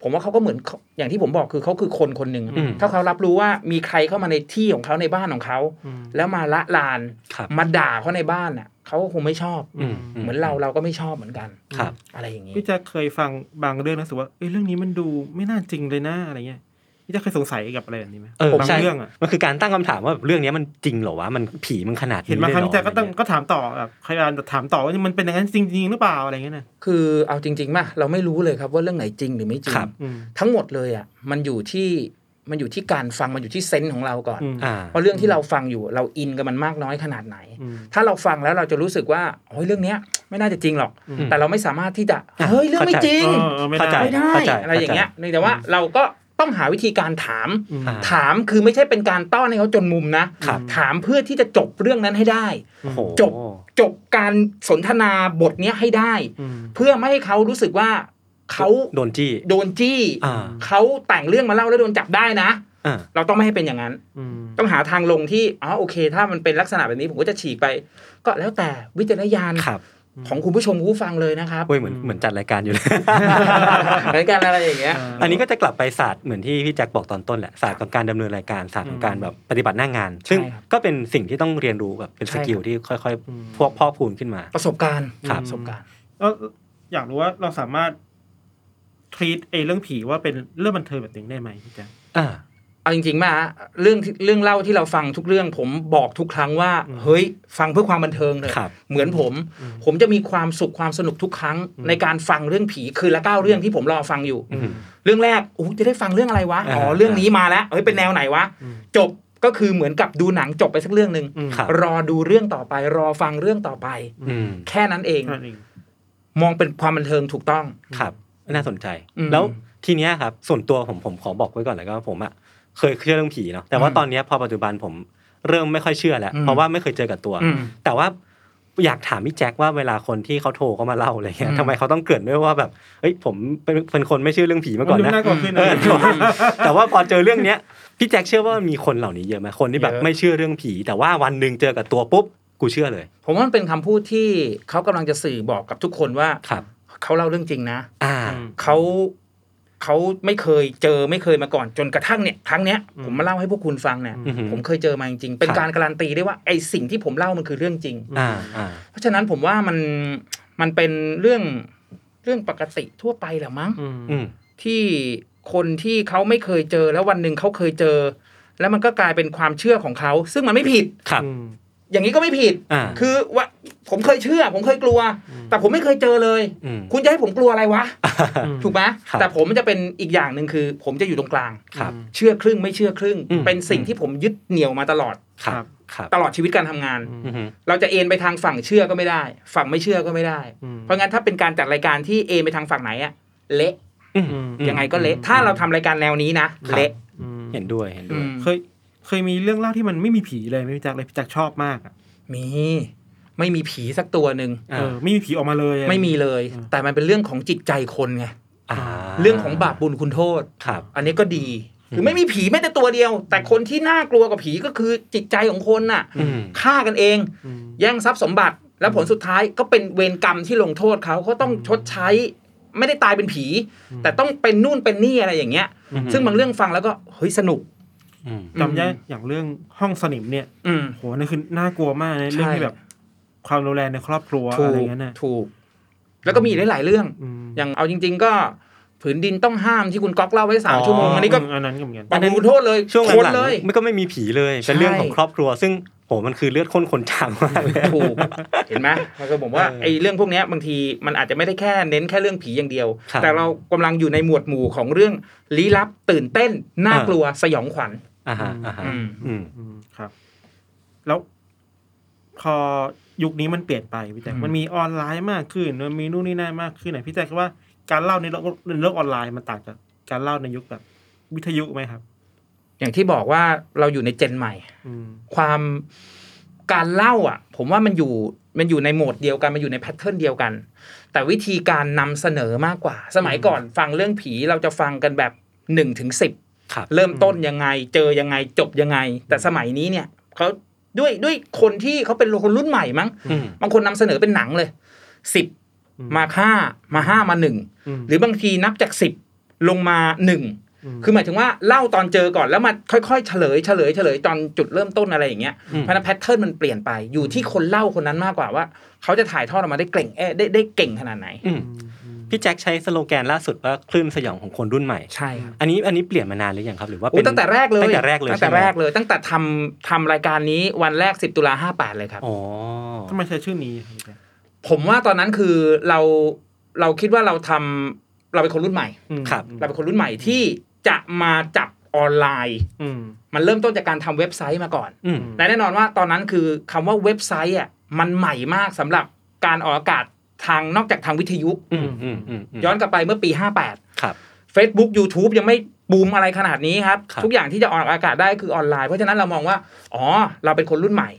Speaker 3: ผมว่าเขาก็เหมือนเขาอย่างที่ผมบอกคือเขาคือคนคนหนึ่ง
Speaker 1: อืม
Speaker 3: ถ้าเขารับรู้ว่ามีใครเข้ามาในที่ของเขาในบ้านของเขา
Speaker 2: อืม
Speaker 3: แล้วมาละลาน
Speaker 1: ครับ
Speaker 3: มาด่าเขาในบ้านน่ะเขาก็คงไม่ชอบ
Speaker 1: อืม
Speaker 3: เหมือนเราเราก็ไม่ชอบเหมือนกัน
Speaker 1: ครับ
Speaker 3: อะไรอย่างนี้
Speaker 2: พี่แจะเคยฟังบางเรื่องนะรู้สึกว่าเอ้ยเรื่องนี้มันดูไม่น่าจริงเลยนะอะไรเงี้ยพี่แจะเคยสงสัยกับอะไรแบบนี้ไหม
Speaker 1: เออบ
Speaker 2: าง
Speaker 1: ใช่
Speaker 2: เรื่องอ่ะ
Speaker 1: มันคือการตั้งคำถามว่าแบบเรื่องเนี้ยมันจริงเหรอวะมันผีมันขนาดนี้
Speaker 2: เห็นบางครั้ง
Speaker 1: ลย
Speaker 2: พี่
Speaker 1: หร
Speaker 2: แจะก็ต้องก็ถามต่อแบบพยายามจะถามต่อว่ามันเป็นอย่างนั้นจริงๆหรือเปล่าอะไรเงี้ยนะ
Speaker 3: คือเอาจริงๆมาเราไม่รู้เลยครับว่าเรื่องไหนจริงหรือไม่จริ
Speaker 1: ค
Speaker 3: ง
Speaker 1: รับ
Speaker 2: อืม
Speaker 3: ทั้งหมดเลยอ่ะมันอยู่ที่มันอยู่ที่การฟังมันอยู่ที่เซนส์ของเราก่อน
Speaker 2: อืม
Speaker 1: อ่า
Speaker 3: ว่าเรื่องที่เราฟังอยู่เราอินกับมันมากน้อยขนาดไหน
Speaker 2: อืม
Speaker 3: ถ้าเราฟังแล้วเราจะรู้สึกว่าโอ้ยเรื่องเนี้ยไม่น่าจะจริงหรอก
Speaker 2: อืม
Speaker 3: แต่เราไม่สามารถที่จะเฮ้ยเรื่องไม่จริง
Speaker 2: เออเออไม่
Speaker 1: เข้าใจ
Speaker 2: ได้
Speaker 3: ไม่ได้
Speaker 1: เข้าใจ
Speaker 3: อะไรอย่างเงี้ยแต่ว่าเราก็ต้องหาวิธีการถาม
Speaker 2: อืม
Speaker 1: อ่า
Speaker 3: ถามคือไม่ใช่เป็นการต้อนให้เขาจนมุมนะ
Speaker 1: ครับ
Speaker 3: ถามเพื่อที่จะจบเรื่องนั้นให้ได้
Speaker 1: โอ้โห
Speaker 3: จบ จบการสนทนาบทเนี้ยให้ได้
Speaker 2: อืม
Speaker 3: เพื่อไม่ให้เขารู้สึกว่าเขา
Speaker 1: โดนจี้
Speaker 3: โดนจี้
Speaker 1: อ่า
Speaker 3: เขาแต่งเรื่องมาเล่าแล้วโดนจับได้นะ
Speaker 1: อ่า
Speaker 3: เราต้องไม่ให้เป็นอย่างนั้น
Speaker 2: อืม
Speaker 3: ต้องหาทางลงที่อ๋อโอเค ถ้ามันเป็นลักษณะแบบนี้ผมก็จะฉีกไป ก็แล้วแต่วิจารณญาณ
Speaker 1: ครับ
Speaker 3: ของคุณผู้ชมผู้ฟังเลยนะครับ
Speaker 1: เว้ยเหมือนเหมือนจัดรายการอยู่เลย
Speaker 3: เหมื อนกันอะไรอย่างเงี้ย
Speaker 1: อันนี้ก็จะกลับไปศาสตร์เหมือนที่พี่แจ็คบอกตอนต้นแหละศาสตร์ของการดำเนินรายการศาสตร์ของการแบบปฏิบัติหน้างาน ซึ่ง
Speaker 3: ครับ
Speaker 1: ก็เป็นสิ่งที่ต้องเรียนรู้แบบเป็นสกิล
Speaker 3: ใช่ครับ
Speaker 1: ที่ค่อยๆ พวกพ่อกพูนขึ้นมา
Speaker 3: ประสบการณ์
Speaker 1: ครับ
Speaker 3: ประสบการณ์
Speaker 2: ก็อยากรู้ว่าเราสามารถ treat เอเรื่องผีว่าเป็นเรื่องบันเทิงแบบหนึงได้ไหมพี่แจ๊ค
Speaker 1: อ่า
Speaker 3: เอาจริงๆมาเรื่องที่เรื่องเล่าที่เราฟังทุกเรื่องผมบอกทุกครั้งว่า เฮ้ย ฟังเพื่อความบันเทิงเลย
Speaker 1: ครับ
Speaker 3: เหมือนผม ผมจะมีความสุขความสนุกทุกครั้ง ในการฟังเรื่องผีคืนละเก้าเรื่องที่ผมรอฟังอยู่
Speaker 1: อืม
Speaker 3: เรื่องแรกอู้จะได้ฟังเรื่องอะไรวะอ๋อ
Speaker 1: อ่า
Speaker 3: เรื่องนี้มาแล้วเฮ้ยเป็นแนวไหนวะจบก็คือเหมือนกับดูหนังจบไปสักเรื่องหนึ่ง
Speaker 2: อืม
Speaker 1: ครับ
Speaker 3: รอดูเรื่องต่อไปรอฟังเรื่องต่อไป
Speaker 1: อืม
Speaker 3: แค่นั้นเอง
Speaker 2: นั่นเอง
Speaker 3: มองเป็นความบันเทิงถูกต้อง
Speaker 1: ครับน่าสนใจ
Speaker 3: อืม
Speaker 1: แล้วทีเนี้ยครับ ส่วนตัวผมผมขอบอกไว้ก่อนเลยก็ว่าผมอ่ะเคยเชื่อเรื่องผีเนาะแต่ว่า
Speaker 3: อืม
Speaker 1: ตอนเนี้ยพอปัจจุบันผมเริ่มไม่ค่อยเชื่อแล้ว
Speaker 3: อืม
Speaker 1: เพราะว่าไม่เคยเจอกับตัว
Speaker 3: อืม
Speaker 1: แต่ว่าอยากถามพี่แจ็คว่าเวลาคนที่เขาโทรเข้ามาเล่าอะไรเงี้ย
Speaker 3: อืม
Speaker 1: ทำไมเขาต้องเกรินด้วยว่าแบบเอ้ยผมเป็นเป็นคนไม่เชื่อเรื่องผีมาก่อน
Speaker 2: มั
Speaker 1: นะ
Speaker 2: ดูากลัวขึ้น
Speaker 1: เออ
Speaker 2: นะ
Speaker 1: แต่ว่าแต่ว่าพอเจอเรื่องเนี้ยพี่แจ็คเชื่อว่ามีคนเหล่านี้เยอะไหมคนที่แบบ
Speaker 3: เยอะ
Speaker 1: ไม่เชื่อเรื่องผี แต่ว่าวันหนึ่งเจอกับตัวปุ๊บกูเชื่อเลย
Speaker 3: ผมว่ามันเป็นคำพูดที่เขากำลังจะสื่อบอกกับทุกคนว่า
Speaker 1: ครับ
Speaker 3: เขาเล่าเรื่องจริงนะ
Speaker 1: อ่า
Speaker 3: เขา เขาไม่เคยเจอไม่เคยมาก่อนจนกระทั่งเนี่ยครั้งเนี้ย
Speaker 2: อืม
Speaker 3: ผมมาเล่าให้พวกคุณฟังเนี่ย
Speaker 1: อือหือ
Speaker 3: ผมเคยเจอมาจริงๆเป็น
Speaker 1: ครับ
Speaker 3: การการันตีได้ว่าไอสิ่งที่ผมเล่ามันคือเรื่องจริง
Speaker 1: อ่าอ่า
Speaker 3: เพราะฉะนั้นผมว่ามันมันเป็นเรื่องเรื่องปกติทั่วไปแหละมั้ง
Speaker 4: อืม
Speaker 1: อืม
Speaker 3: ที่คนที่เขาไม่เคยเจอแล้ววันหนึ่งเขาเคยเจอ แล้วมันก็กลายเป็นความเชื่อของเขา ซึ่งมันไม่ผิด
Speaker 1: ครับ
Speaker 3: อย่างนี้ก็ไม่ผิด
Speaker 1: อ่า
Speaker 3: คือว่าผมเคยเชื่อ ผมเคยกลัว แต่ผมไม่เคยเจอเลย
Speaker 1: อืม
Speaker 3: คุณจะให้ผมกลัวอะไรวะ ถูกไหม
Speaker 1: ครับ
Speaker 3: แต่ผมจะเป็นอีกอย่างหนึ่งคือ ผมจะอยู่ตรงกลาง
Speaker 1: ครับ
Speaker 3: เชื่อครึ่งไม่เชื่อครึ่ง
Speaker 1: อืม
Speaker 3: เป็นสิ่งที่ผมยึดเหนี่ยวมาตลอด
Speaker 1: ครับ ครับ
Speaker 3: ตลอดชีวิตการทำงาน
Speaker 1: อืม
Speaker 3: เราจะเอนไปทางฝั่งเชื่อก็ไม่ได้ ฝั่งไม่เชื่อก็ไม่ได้
Speaker 4: อืม
Speaker 3: เพราะงั้นถ้าเป็นการจัดรายการที่เอนไปทางฝั่งไหนอะเละ
Speaker 1: อืม
Speaker 3: ยังไงก็เละ ถ้าเราทำรายการแนวนี้นะ
Speaker 1: ครับ
Speaker 3: เละ
Speaker 4: อืม
Speaker 1: เห็นด้วย เห็น
Speaker 3: อื
Speaker 1: ด้วย
Speaker 3: ม
Speaker 2: เคยเคยมีเรื่องเล่าที่มันไม่มีผีเลยไม่มีจักเลยพี่จักชอบมากอะ
Speaker 3: มี ไม่มีผีสักตัวหนึ่ง
Speaker 1: อ่า
Speaker 2: เออไม่มีผีออกมาเลยอะ
Speaker 3: ไม่มีเลย แต่มันเป็นเรื่องของจิตใจคนไง
Speaker 1: อ่า
Speaker 3: เรื่องของบาปบุญคุณโทษ
Speaker 1: ครับ
Speaker 3: อันนี้ก็ดี หรือไม่มีผีแม้แต่ตัวเดียว แต่คนที่น่ากลัวกว่าผีก็คือจิตใจของคนน่ะ
Speaker 1: อืม
Speaker 3: ฆ่ากันเอง แย่งทรัพย์สมบัติ แล้วผลสุดท้ายก็เป็นเวรกรรมที่ลงโทษเขาก็ต้องชดใช้ ไม่ได้ตายเป็นผี แต่ต้องเป็นนู่นเป็นนี่อะไรอย่างเงี้ย ซึ่งบางเรื่องฟังแล้วก็เฮ้ยสนุก
Speaker 1: อืม
Speaker 2: จำได้อย่างเรื่องห้องสนิมเนี่ย
Speaker 3: อืม
Speaker 2: โหนั่นคือน่ากลัวมากในะเรื่องที่
Speaker 3: ใช่
Speaker 2: แบบความรุนแรงในครอบครัว
Speaker 3: ถู
Speaker 2: อะไร
Speaker 3: ก
Speaker 2: เงี้ยนะ
Speaker 3: ถูก แล้วก็มีอีกหลาย ๆ เรื่อง
Speaker 2: อืม
Speaker 3: อย่างเอาจริง ๆ ก็ผืนดินต้องห้ามที่คุณก๊อกเล่าไว้สาม
Speaker 1: อ๋อ
Speaker 3: ชั่วโมง อันนี้ก็
Speaker 2: มอันนั้นก็เหมือนกัน
Speaker 3: ปรับปรุงโทษเลย
Speaker 1: ช่วง
Speaker 3: คน
Speaker 1: หลัง
Speaker 3: เลย
Speaker 1: ๆมันก็ไม่มีผีเลย เป็น
Speaker 3: ใช่
Speaker 1: เรื่องของครอบครัว ซึ่งโหมันคือเลือดข้นคนจางมากเลย
Speaker 3: ถูก เห็นไหมแล้วก็ผมว่าไอ้เรื่องพวกเนี้ยบางทีมันอาจจะไม่ได้แค่เน้นแค่เรื่องผีอย่างเดียว
Speaker 1: ครับ
Speaker 3: แต่เรากำลังอยู่ในหมวดหมู่ของเรื่องลี้ลับตื่นเต้นน่า
Speaker 1: อ่าก ก
Speaker 3: ลัวสยองขวัญ
Speaker 1: อ่าฮะอ่าฮะ
Speaker 3: อืม
Speaker 1: อืม
Speaker 2: อืมครับ แล้วพอยุคนี้มันเปลี่ยนไปพี่แจ๊ค
Speaker 3: อืม
Speaker 2: มันมีออนไลน์มากขึ้นมันมีนู่นนี่นั่นมากขึ้นไหนพี่แจ๊คคิดว่าการเล่าในโลกในโลกออนไลน์มันต่างจากการเล่าในยุคแบบ วิทยุไหมครับ
Speaker 3: อย่างที่บอกว่าเราอยู่ในเจนใหม่
Speaker 2: อืม
Speaker 3: ความการเล่าอ่ะ ผมว่ามันอยู่มันอยู่ในโหมดเดียวกันมันอยู่ในแพทเทิร์นเดียวกัน แต่วิธีการนำเสนอมากกว่า สมัยก่อนฟังเรื่องผีเราจะฟังกันแบบ1นถึงสิ
Speaker 1: ครับ
Speaker 3: เริ่มต้นยังไง เจอยังไงจบยังไง แต่สมัยนี้เนี่ยเขาด้วยด้วยคนที่เขาเป็นคนรุ่นใหม่มั้ง
Speaker 1: อืม
Speaker 3: บางคนนำเสนอเป็นหนังเลยสิบมาห้ามาห้ามาหนึ่ง
Speaker 2: อืม
Speaker 3: หรือบางทีนับจากสิบลงมาหนึ่งคือหมายถึงว่าเล่าตอนเจอก่อนแล้วมาค่อยๆเฉลยเฉลยเฉลยตอนจุดเริ่มต้นอะไรอย่างเงี้ย
Speaker 1: อืม
Speaker 3: เพราะฉะนั้นแพทเทิร์นมันเปลี่ยนไปอยู่ที่คนเล่าคนนั้นมากกว่าว่า เขาจะถ่ายทอดออกมาได้เก่งเอ๊ะได้ได้เก่งขนาดไหน
Speaker 1: อืมพี่แจ็คใช้สโลแกนล่าสุดว่าคลื่นสยองของคนรุ่นใหม่
Speaker 3: ใช่ครับ
Speaker 1: อันนี้อันนี้เปลี่ยนมานานหรือยังครับ หรือว่า
Speaker 3: โอ้
Speaker 1: เป็น
Speaker 3: ตั้งแต่แรกเลย
Speaker 1: ตั้งแต่แรกเลย
Speaker 3: ตั้งแต่
Speaker 1: ใช่ไหม
Speaker 3: แรกเลย ตั้งแต่ทำทำรายการนี้วันแรก 10 ตุลา58เลยครับ
Speaker 1: อ๋อ
Speaker 2: ทำไมใช้ชื่อนี้ครับพี่แจ๊ค
Speaker 3: ผมว่าตอนนั้นคือเราเราคิดว่าเราทำเราเป็นคนรุ่นใหม่
Speaker 2: อืม
Speaker 1: ครับ
Speaker 3: เราเป็นคนรุ่นใหม่ที่จะมาจับออนไลน์
Speaker 2: อืม
Speaker 3: มันเริ่มต้นจากการทำเว็บไซต์มาก่อน
Speaker 1: อืม
Speaker 3: และแน่นอนว่าตอนนั้นคือคำว่าเว็บไซต์อ่ะมันใหม่มากสำหรับการออกอากาศทางนอกจากทางวิทยุ
Speaker 1: อืมอืมอืมม
Speaker 3: ย้อนกลับไปเมื่อปี
Speaker 1: ครับ
Speaker 3: 58 Facebook YouTube ยังไม่บูมอะไรขนาดนี้ครับ
Speaker 1: ครับ
Speaker 3: ทุกอย่างที่จะออกอากาศได้คือออนไลน์ เพราะฉะนั้นเรามองว่า อ๋อ เราเป็นคนรุ่นใหม่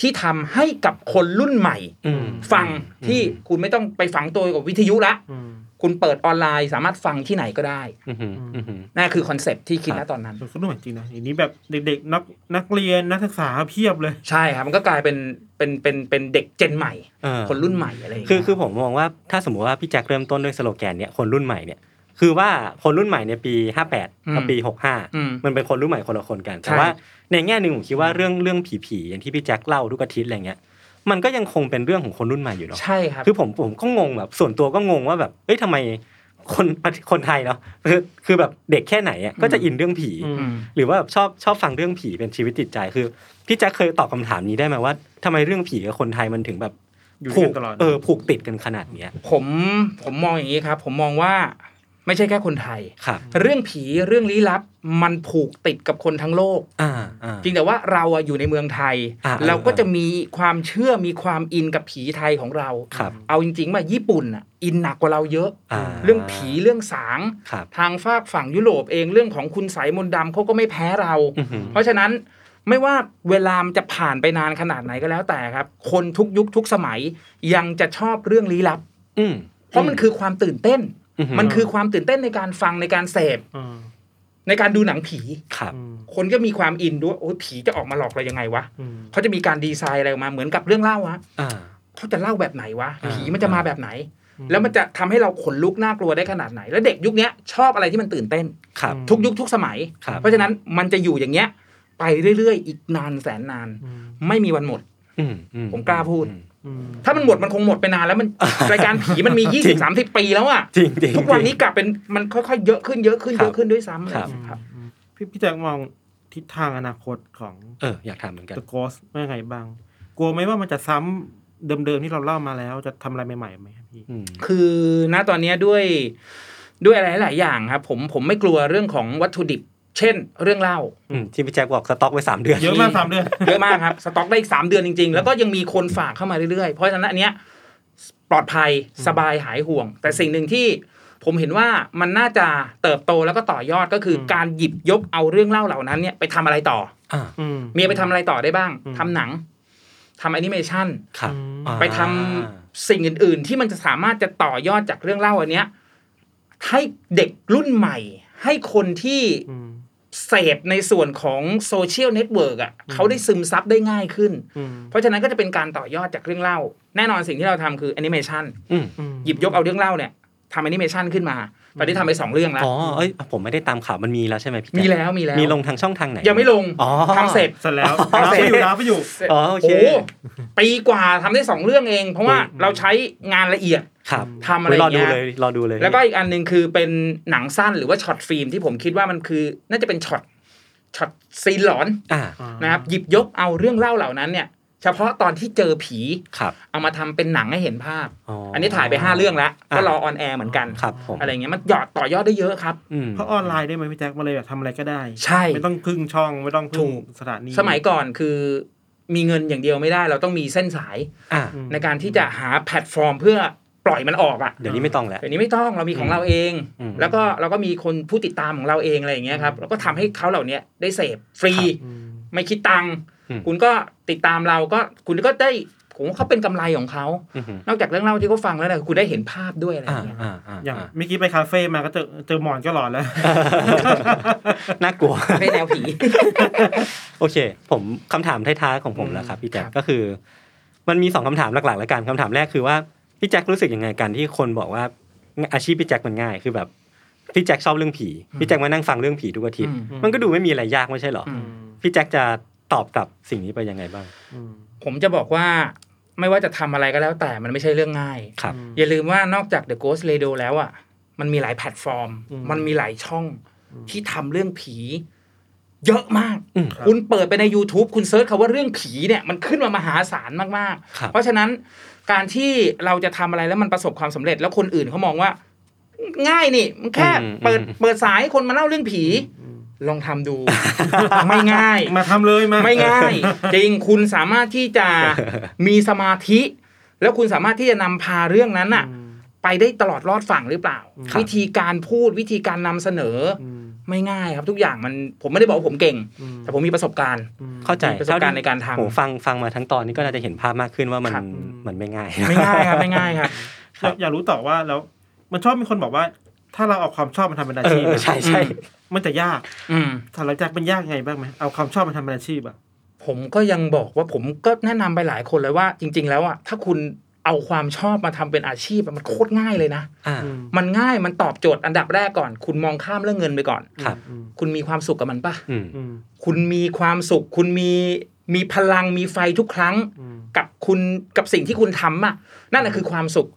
Speaker 3: ที่ทำให้กับคนรุ่นใหม่
Speaker 1: อืม
Speaker 3: ฟังที่คุณไม่ต้องไปฝังตัวกับวิทยุละ
Speaker 2: อืม
Speaker 3: คุณเปิดออนไลน์ สามารถฟังที่ไหนก็ได้
Speaker 1: อืมอืมอืม
Speaker 3: นั่นคือคอนเซปต์ที่คิด
Speaker 1: ครั
Speaker 3: นะ
Speaker 1: บ
Speaker 3: ตอนนั้น
Speaker 2: เป็นคนรุ่นใหม่จริงนะอย่างนี้แบบเด็กๆนักนักเรียนนักศึกษาเพียบเลย
Speaker 3: ใช่ครับมันก็กลายเป็นเป็นเป็นเป็นเด็กเจนใหม่
Speaker 1: เออ
Speaker 3: คนรุ่นใหม่อะไรอย่าง
Speaker 1: คือ
Speaker 3: เงี้ย
Speaker 1: คือผมมองว่าถ้าสมมติว่าพี่แจ็คเริ่มต้นด้วยสโลแกนเนี่ยคนรุ่นใหม่เนี่ยคือว่าคนรุ่นใหม่ในยปี 58กับปี
Speaker 3: ม
Speaker 1: 65 มันเป็นคนรุ่นใหม่คนละคนกัน
Speaker 3: ใช่
Speaker 1: แต่ว่าในแง่หนึ่งผมคิดว่าเรื่องเรื่องผีๆอย่างที่พี่แจ็คเล่าทุกอาทิตย์อะไรเงี้ยมันก็ยังคงเป็นเรื่องของคนรุ่นใหม่อยู่เนาะ
Speaker 3: ใช่ครับ
Speaker 1: คือผมผมก็งงแบบส่วนตัวก็งงว่าแบบเอ้ยทำไมคนคนไทยเนาะคือคือแบบเด็กแค่ไหนอ่ะก็จะอินเรื่องผี
Speaker 2: อื
Speaker 3: อืม
Speaker 1: หรือว่าแบบชอบชอบฟังเรื่องผีเป็นชีวิตจิตใจคือพี่แจ็คเคยตอบคำถามนี้ได้ไหมว่าทำไมเรื่องผีกับคนไทยมันถึงแบบ
Speaker 2: อยู่ด้
Speaker 1: ผู
Speaker 2: วย
Speaker 1: ก
Speaker 2: กันตลอด
Speaker 1: เออผูกติดกันขนาดเนี้ย
Speaker 3: ผมผมมองอย่างนี้ครับ ผมมองว่าไม่ใช่แค่คนไทย
Speaker 1: ครับ
Speaker 3: เรื่องผีเรื่องลี้ลับ มันผูกติดกับคนทั้งโลก
Speaker 1: อ่าอ่า
Speaker 3: จริงแต่ว่าเราอะอยู่ในเมืองไทย
Speaker 1: อ่า
Speaker 3: เราก็
Speaker 1: อ่า
Speaker 3: จะมีความเชื่อมีความอินกับผีไทยของเรา
Speaker 1: ครับ
Speaker 3: เอาจริงๆว่าญี่ปุ่นอะอินหนักกว่าเราเยอะ
Speaker 1: อ่า
Speaker 3: เรื่องผีเรื่องสาง
Speaker 1: ครับ
Speaker 3: ทางฝากฝั่งยุโรปเองเรื่องของคุณสายมนต์ดำเขาก็ไม่แพ้เรา
Speaker 1: อื้อหือ
Speaker 3: เพราะฉะนั้นไม่ว่าเวลามันจะผ่านไปนานขนาดไหนก็แล้วแต่ครับ คนทุกยุคทุกสมัยยังจะชอบเรื่องลี้ลับ
Speaker 1: อืม
Speaker 3: เพราะมันคือความตื่นเต้น
Speaker 1: อือหือ
Speaker 3: มันคือความตื่นเต้นในการฟังในการเสพ
Speaker 2: อืม
Speaker 3: ในการดูหนังผี
Speaker 1: ครับ
Speaker 2: อืม
Speaker 3: คนก็มีความอินด้วยโอ้ยผีจะออกมาหลอกเรายังไงวะ
Speaker 2: อืม
Speaker 3: เขาจะมีการดีไซน์อะไรออกมาเหมือนกับเรื่องเล่าฮะ
Speaker 1: อ่า
Speaker 3: เขาจะเล่าแบบไหนวะ
Speaker 1: อ่า
Speaker 3: ผีมันจะมาแบบไหน แล้วมันจะทำให้เราขนลุกน่ากลัวได้ขนาดไหน แล้วเด็กยุคเนี้ยชอบอะไรที่มันตื่นเต้น
Speaker 1: ครับ
Speaker 3: ทุกยุคทุกสมัย
Speaker 1: ครับ
Speaker 3: เพราะฉะนั้นมันจะอยู่อย่างเงี้ย ไปเรื่อยๆ อีกนานแสนนาน ไม่มีวันหมด
Speaker 1: อืมอื
Speaker 3: ผมกล้าพูด
Speaker 1: อืม
Speaker 3: ถ้ามันหมดมันคงหมดไปนา นแล้วมัน รายการผีมันมี
Speaker 1: จริ
Speaker 3: ยี่
Speaker 1: ง
Speaker 3: สิบสามสิบปีแล้วอ่ะ
Speaker 1: จริงจริง
Speaker 3: ทุกวันนี้กลับเป็นมันค่อยๆเยอะขึ้นเยอะขึ้น
Speaker 1: ครับ
Speaker 3: เยอะขึ้นด้วยซ้ำอะไร
Speaker 1: ครับ
Speaker 3: อย่างเงี้ยครับ
Speaker 2: พี่พี่แจ็คมองทิศทางอนาคตของ
Speaker 1: เอออยากถามเหมือนกัน
Speaker 2: เดอะโกสเป็นไงบ้าง กลัวไหมว่ามันจะซ้ำเดิมๆที่เราเล่ามาแล้วจะทำอะไรใหม่ๆไหมครับพี่
Speaker 1: อืม
Speaker 3: คือณตอนเนี้ยด้วยด้วยอะไรหลายๆอย่างครับผมผมไม่กลัวเรื่องของวัตถุดิบ เช่น เรื่องเล่า
Speaker 1: อืมที่พี่แจ็คบอกสต็อกไว้สามเดือน
Speaker 2: เยอะมากสามเดือน
Speaker 3: เยอะมากครับ สต็อกได้อีกสามเดือนจริง ๆ แล้วก็ยังมีคนฝากเข้ามาเรื่อยๆ เพราะฉะนั้นอันเนี้ยปลอดภัยสบายหายห่วง แต่สิ่งหนึ่งที่ผมเห็นว่ามันน่าจะเติบโตแล้วก็ต่อยอดก็คืออการหยิบยกเอาเรื่องเล่าเหล่านั้นเนี่ยไปทำอะไรต่อ
Speaker 2: อืม
Speaker 3: เมียไปทำอะไรต่อได้บ้าง
Speaker 2: อืม
Speaker 3: ทำหนังทำแอนิเมชัน
Speaker 1: ครับ
Speaker 2: อืม
Speaker 3: ไปทำสิ่งอื่น ๆ ที่มันจะสามารถจะต่อยอดจากเรื่องเล่าอันเนี้ยให้เด็กรุ่นใหม่ ให้คนที่
Speaker 2: อืม
Speaker 3: เสพในส่วนของโซเชียลเน็ตเวิร์กอ่ะเขาได้ซึมซับได้ง่ายขึ้น
Speaker 2: อืม
Speaker 3: เพราะฉะนั้นก็จะเป็นการต่อยอดจากเรื่องเล่า แน่นอนสิ่งที่เราทำคือแอนิเมชัน
Speaker 1: อืม
Speaker 2: อืม
Speaker 3: หยิบยกเอาเรื่องเล่าเนี่ยทำแอนิเมชันขึ้นมา ตอนนี้ทำไปสองเรื่องแล้ว
Speaker 1: อ๋อเอ้ยผมไม่ได้ตามข่าวมันมีแล้วใช่ไหมพี่แจ็ค
Speaker 3: มีแล้วมีแล้ว
Speaker 1: มีลงทางช่องทางไหน
Speaker 3: ยังไม่ลง
Speaker 1: อ๋อ
Speaker 3: ทำเสร็จ
Speaker 2: เสร็จแล้ว
Speaker 3: อ๋อ
Speaker 2: รับไปอยู่รับไปอยู่
Speaker 1: อ๋อโอเค
Speaker 3: หปีกว่าทำได้สองเรื่องเอง เพราะว่าเราใช้งานละเอียด
Speaker 1: ครับ
Speaker 3: ทำอะไร
Speaker 1: ร
Speaker 3: อ
Speaker 1: อย่าง ดู
Speaker 3: เงี้
Speaker 1: เลย
Speaker 3: ย
Speaker 1: รอดูเลย
Speaker 3: แล้วก็อีกอันหนึ่งคือเป็นหนังสั้นหรือว่าช็อตฟิล์มที่ผมคิดว่ามันคือน่าจะเป็นช็อตช็อตซีนหลอน
Speaker 1: อ่า
Speaker 3: นะครับหยิบยกเอาเรื่องเล่าเหล่านั้นเนี่ย เฉพาะตอนที่เจอผี
Speaker 1: ครับ
Speaker 3: เอามาทำเป็นหนังให้เห็นภาพ
Speaker 1: อ๋อ
Speaker 3: อั
Speaker 1: อั
Speaker 3: นนี้ถ่ายไป 5 เรื่องแล้ว
Speaker 1: อ่ะ
Speaker 3: ก็รอออนแอร์เหมือนกัน
Speaker 1: ครับผม
Speaker 3: อะไรเงี้ยมันหยอดต่อยอดได้เยอะครับ
Speaker 1: อืม
Speaker 2: เพราะออนไลน์ได้ไหมพี่แจ็คมาเลยแบบทำอะไรก็ได้
Speaker 3: ใช่
Speaker 2: ไม่ต้องพึ่งช่องไม่ต้อง
Speaker 3: ถู
Speaker 2: พึ่ง
Speaker 3: ก
Speaker 2: สถานี
Speaker 3: สมัยก่อนคือมีเงินอย่างเดียวไม่ได้ เราต้องมีเส้นสาย
Speaker 1: อ่า
Speaker 2: อืม
Speaker 3: ในการที่จะหาแพลตฟอร์มเพื่อปล่อยมันออกอ่ะ
Speaker 1: เดี๋ยวนี้ไม่ต้องแล้ว
Speaker 3: แต่นี้ไม่ต้องเรามีของเราเอง
Speaker 1: อืม
Speaker 3: แล้วก็เราก็มีคนผู้ติดตามของเราเองอะไรอย่างเงี้ยครับเราก็ทำให้เขาเหล่าเนี้ยได้เสพฟรี
Speaker 2: อืม
Speaker 3: ไม่คิดตังค์
Speaker 1: อืม
Speaker 3: คุณก็ติดตามเราก็คุณก็ได้ผมว่าเขาเป็นกำไรของเขา
Speaker 1: อืม
Speaker 3: นอกจากเรื่องเล่าที่เขาฟังแล้วเนะคุณได้เห็นภาพด้วยอะไรอ
Speaker 1: อ่า
Speaker 3: ย่างเงี้ย
Speaker 1: อ่าอ่า
Speaker 2: อย่างเมื่อกี้ไปคาเฟ่มาก็เจอเจอหมอนก็หลอนแล้ว
Speaker 1: น่ากลัว
Speaker 3: ไม่แนวผี
Speaker 1: โอเค ผมคำถามท้ายๆของผมแล้วครับพี่แจ็ค
Speaker 3: ครับ
Speaker 1: ก็คือ มันมีสองคำถามหลักๆแล้วกันคำถามแรกคือว่าพี่แจ็ครู้สึกยังไงกันที่คนบอกว่าอาชีพพี่แจ็คมันง่ายคือแบบพี่แจ็คชอบเรื่องผีพี่แจ็คมานั่งฟังเรื่องผีทุกอาทิตย์
Speaker 2: อืม
Speaker 1: มันก็ดูไม่มีอะไรยากไม่ใช่เหรออ
Speaker 3: อืม
Speaker 1: พี่แจ็คจะตอบกลับสิ่งนี้ไปยังไงบ้าง
Speaker 2: อืม
Speaker 3: ผมจะบอกว่าไม่ว่าจะทำอะไรก็แล้วแต่มันไม่ใช่เรื่องง่าย
Speaker 1: ครับ
Speaker 3: อย่าลืมว่านอกจาก The Ghost Radio แล้วอ่ะมันมีหลายแพลตฟอร์ม มันมีหลายช่องที่ทำเรื่องผี เยอะมาก
Speaker 1: อืม
Speaker 3: คุณเปิดไปใน YouTube คุณเซิร์ชคำว่าเรื่องผีเนี่ยมันขึ้นมามหาศาลมาก
Speaker 1: ครับ
Speaker 3: ๆ เพราะฉะนั้นการที่เราจะทำอะไรแล้วมันประสบความสำเร็จแล้วคนอื่นเขามองว่า ง่ายนี่มันแค่
Speaker 1: อืม
Speaker 3: เปิด
Speaker 1: อืม
Speaker 3: เปิดสายให้คนมาเล่าเรื่องผี ลองทำดู ไม่ง่าย
Speaker 2: มาทำเลยมา
Speaker 3: ไม่ง่าย จริงคุณสามารถที่ จะมีสมาธิ แล้วคุณสามารถที่จะนำพาเรื่องนั้นน่ะ ไปได้ตลอดรอดฝั่งหรือเปล่า
Speaker 1: ครับ
Speaker 3: วิธีการพูดวิธีการนำเสนออไม่ง่ายครับทุกอย่างมันผมไม่ได้บอกว่าผมเก่ง แต่ผมมีประสบการณ์
Speaker 1: เข้าใจ
Speaker 3: มีประสบการณ์ในการทำ
Speaker 1: โหฟังฟังมาทั้งตอนนี้ก็น่าจะเห็นภาพมากขึ้นว่ามัน
Speaker 3: ครับ
Speaker 1: มันไม่ง่าย
Speaker 3: ไม่ง่าย ครับไม่ง่ายครับ
Speaker 2: อยากอยากรู้ต่อว่าแล้วมันชอบมีคนบอกว่า ถ้าเราเอาความชอบมาทำเป็นอา
Speaker 1: เอ
Speaker 2: ชี
Speaker 1: อ
Speaker 2: พ
Speaker 1: เออใช่ใช่
Speaker 2: มันจะยาก
Speaker 3: อืม
Speaker 2: สำหรับจากมันยากไงบ้างไหมเอาความชอบมาทำเป็นอาชีพอ่ะ
Speaker 3: ผมก็ยังบอกว่าผมก็แนะนำไปหลายคนเลยว่า จริง ๆ แล้วอ่ะถ้าคุณเอาความชอบมาทำเป็นอาชีพอะมันโคตรง่ายเลยนะ
Speaker 1: อ่า
Speaker 3: มันง่ายมันตอบโจทย์อันดับแรกก่อน คุณมองข้ามเรื่องเงินไปก่อน
Speaker 1: ครับ
Speaker 3: คุณมีความสุขกับมันปะ
Speaker 1: อืม
Speaker 2: อืม
Speaker 3: คุณมีความสุข คุณมีมีพลังมีไฟทุกครั้ง
Speaker 2: อืม
Speaker 3: กับคุณกับสิ่งที่คุณทำอะนั่นแหะคือความสุข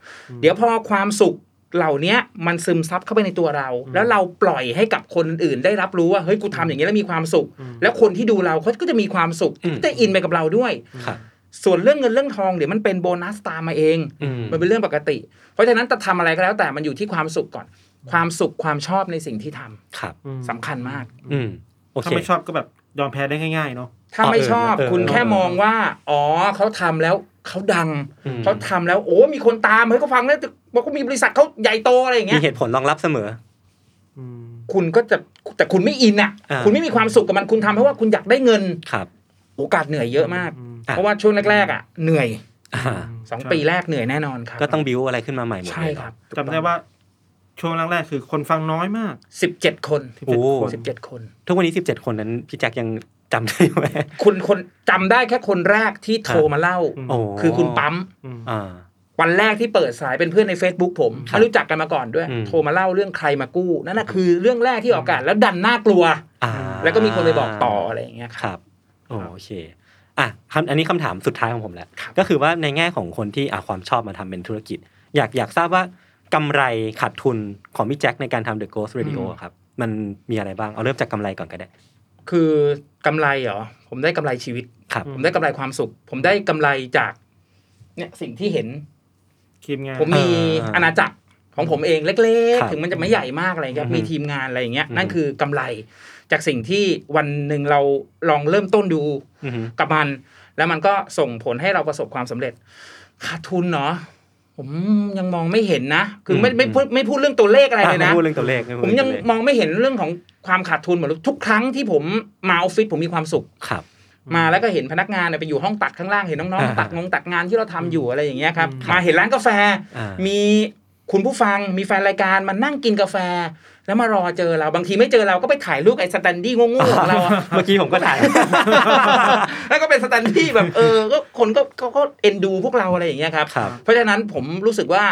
Speaker 3: เดี๋ยวพอความสุขเหล่าเนี้ยมันซึมซับเข้าไปในตัวเรา แล้วเราปล่อยให้กับคนอื่นได้รับรู้ว่าเฮ้ยกูทำอย่างนี้แล้วมีความสุข แล้วคนที่ดูเราเขาก็จะมีความสุข
Speaker 1: อืม
Speaker 3: ก็จะอินไปกับเราด้วย
Speaker 1: ครับ
Speaker 3: ส่วนเรื่องเงินเรื่องทองเดี๋ยวมันเป็นโบนัสตามมาเอง
Speaker 1: อืม
Speaker 3: มันเป็นเรื่องปกติ เพราะฉะนั้นจะทำอะไรก็แล้วแต่มันอยู่ที่ความสุขก่อน ความสุขความชอบในสิ่งที่ทำ
Speaker 1: ครับ
Speaker 3: สำคัญมาก
Speaker 1: อืม โอเค
Speaker 2: ถ้าไม่ชอบก็แบบยอมแพ้ได้ง่ายๆเนาะ
Speaker 3: ถ้าไม่ชอบ
Speaker 1: เออเออ
Speaker 3: คุณ
Speaker 1: เออ
Speaker 3: แค่มองว่า อ๋อเขาทำแล้วเขาดัง
Speaker 1: อืม
Speaker 3: เขาทำแล้วโอ้มีคนตามเฮ้ยเขาฟังแล้วบอกว่ามีบริษัทเขาใหญ่โตอะไรอย่าง
Speaker 1: มี
Speaker 3: เงี้ย
Speaker 1: เหตุผลรองรับเสมอ
Speaker 3: คุณก็จะแต่คุณไม่อินอ่ะ
Speaker 1: อ่า
Speaker 3: คุณไม่มีความสุขกับมันคุณทำเพราะว่าคุณอยากได้เงิน
Speaker 1: ครับ
Speaker 3: โอกาสเหนื่อยเยอะมาก
Speaker 2: อืม
Speaker 1: อ่ะ
Speaker 3: เพราะว่าช่วงแรกๆอ่ะเหนื่อย
Speaker 1: อ่า
Speaker 3: สองปีแรกเหนื่อยแน่นอนครับ
Speaker 1: ก็ต้องบิวอะไรขึ้นมาใหม่หมด
Speaker 3: ใช่
Speaker 1: เลยเหอ
Speaker 3: ครับ
Speaker 2: จำได้ว่าช่วงแรกๆคือคนฟังน้อยมาก
Speaker 3: สิบเจ็ดคน
Speaker 1: โอ้
Speaker 3: สิบเจ็ดคน
Speaker 1: ทุกวันนี้สิบเจ็ดคนนั้น พี่แจ็คยังจำได้ไหม
Speaker 3: คุณคนจำได้แค่คนแรกที่โทรมาเล่า
Speaker 1: โอ้
Speaker 3: คือคุณปั๊ม
Speaker 1: อ่า
Speaker 3: วันแรกที่เปิดสายเป็นเพื่อนใน Facebook ผม
Speaker 1: ครับ
Speaker 3: ไม่รู้จักกันมาก่อนด้วย
Speaker 1: อืม
Speaker 3: โทรมาเล่าเรื่องใครมากู้นั่นนะคือเรื่องแรกที่ออกอากาศแล้วดันน่ากลัว
Speaker 1: อ่า
Speaker 3: แล้วก็มีคนไปบอกต่ออะไรอย่างเงี้ยค
Speaker 1: ครับ รับโอเคอ่ะคำอันนี้คำถามสุดท้ายของผมแล้ว
Speaker 3: ครับ
Speaker 1: ก็คือว่าในแง่ของคนที่อ่ะความชอบมาทำเป็นธุรกิจ อยากอยากทราบว่ากำไรขาดทุนของพี่แจ็คในการทำ The Ghost Radio อะครับ มันมีอะไรบ้างเอาเริ่มจากกำไรก่อนก็ได้
Speaker 3: คือกำไรเหรอผมได้กำไรชีวิต
Speaker 1: ครับ
Speaker 3: ผมได้กำไรความสุข ผมได้กำไรจากเนี่ยสิ่งที่เห็น
Speaker 2: ทีมงาน
Speaker 3: ผมมี
Speaker 1: อ่า
Speaker 3: อาณาจักรของผมเองเล็ก
Speaker 1: ครับ
Speaker 3: ๆ ถึงมันจะไม่ใหญ่มากอะไรเงี้ย
Speaker 1: อือฮึ
Speaker 3: มีทีมงานอะไรอย่างเงี้ย
Speaker 1: อือฮึ
Speaker 3: นั่นคือกำไรจากสิ่งที่วันหนึ่งเราลองเริ่มต้นดู
Speaker 1: อือฮึ
Speaker 3: กับมัน แล้วมันก็ส่งผลให้เราประสบความสำเร็จขาดทุนเนาะผมยังมองไม่เห็นนะ คือไม่
Speaker 1: อืม
Speaker 3: ไม่พูดไม่พูดเรื่องตัวเลขอะไรเลย
Speaker 1: อ่
Speaker 3: นะ
Speaker 1: ไม่พูดเรื่องตัวเลขไพู
Speaker 3: ผ
Speaker 1: ด
Speaker 3: ม
Speaker 1: เรื่
Speaker 3: ยัง
Speaker 1: ตัวเลข
Speaker 3: มองไม่เห็นเรื่องของความขาดทุนเหมือนทุกครั้งที่ผมมาออฟฟิศผมมีความสุข
Speaker 1: ครับ
Speaker 3: มาแล้วก็เห็นพนักงานเนี่ยไปอยู่ห้องตัดข้างล่างเห็นน้อง
Speaker 1: อ่า
Speaker 3: ๆตัดงงตัดงานที่เราทำอยู่อะไรอย่างเงี้ยครับ
Speaker 1: ครับ
Speaker 3: มาเห็นร้านกาแฟ
Speaker 1: อ่ามี
Speaker 3: มีคุณผู้ฟังมีแฟนรายการมานั่งกินกาแฟ แล้วมารอเจอเราบางทีไม่เจอเราก็ไปถ่ายรูปไอ้สแตนดี้โง่ๆของเราอะ
Speaker 1: เมื่อกี้ผมก็ ถ่าย
Speaker 3: แล้วก็เป็นสแตนดี้แบบเออก็คนก็เขาก็เอ็นดูพวกเราอะไรอย่างเงี้ยครับ
Speaker 1: ครับ
Speaker 3: เพราะฉะนั้นผมรู้สึกว่า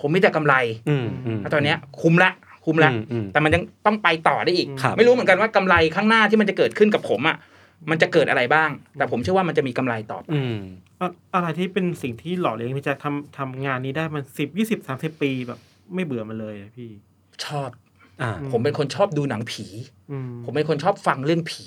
Speaker 3: ผมมีแต่กำไร
Speaker 1: อืมม
Speaker 3: แล้วตอนเนี้ยคุ้มละคุ้มละ
Speaker 1: อืมอืม
Speaker 3: แต่มันยังต้องไปต่อได้อีก
Speaker 1: ครับ
Speaker 3: ไม่รู้เหมือนกันว่ากำไรข้างหน้าที่มันจะเกิดขึ้นกับผมอ่ะมันจะเกิดอะไรบ้าง แต่ผมเชื่อว่ามันจะมีกำไรต่อ
Speaker 1: อืม
Speaker 2: อะอะไรที่เป็นสิ่งที่หล่อเลี้ยงพี่แจ็คทำทำงานนี้ได้มันสิบยี่สิบสามสิบปีแบบ ไม่เบื่อมันเลยอะพี่
Speaker 3: ชอบ
Speaker 1: อ่า
Speaker 2: อืม
Speaker 3: ผมเป็นคนชอบดูหนังผี
Speaker 2: อืม
Speaker 3: ผมเป็นคนชอบฟังเรื่องผี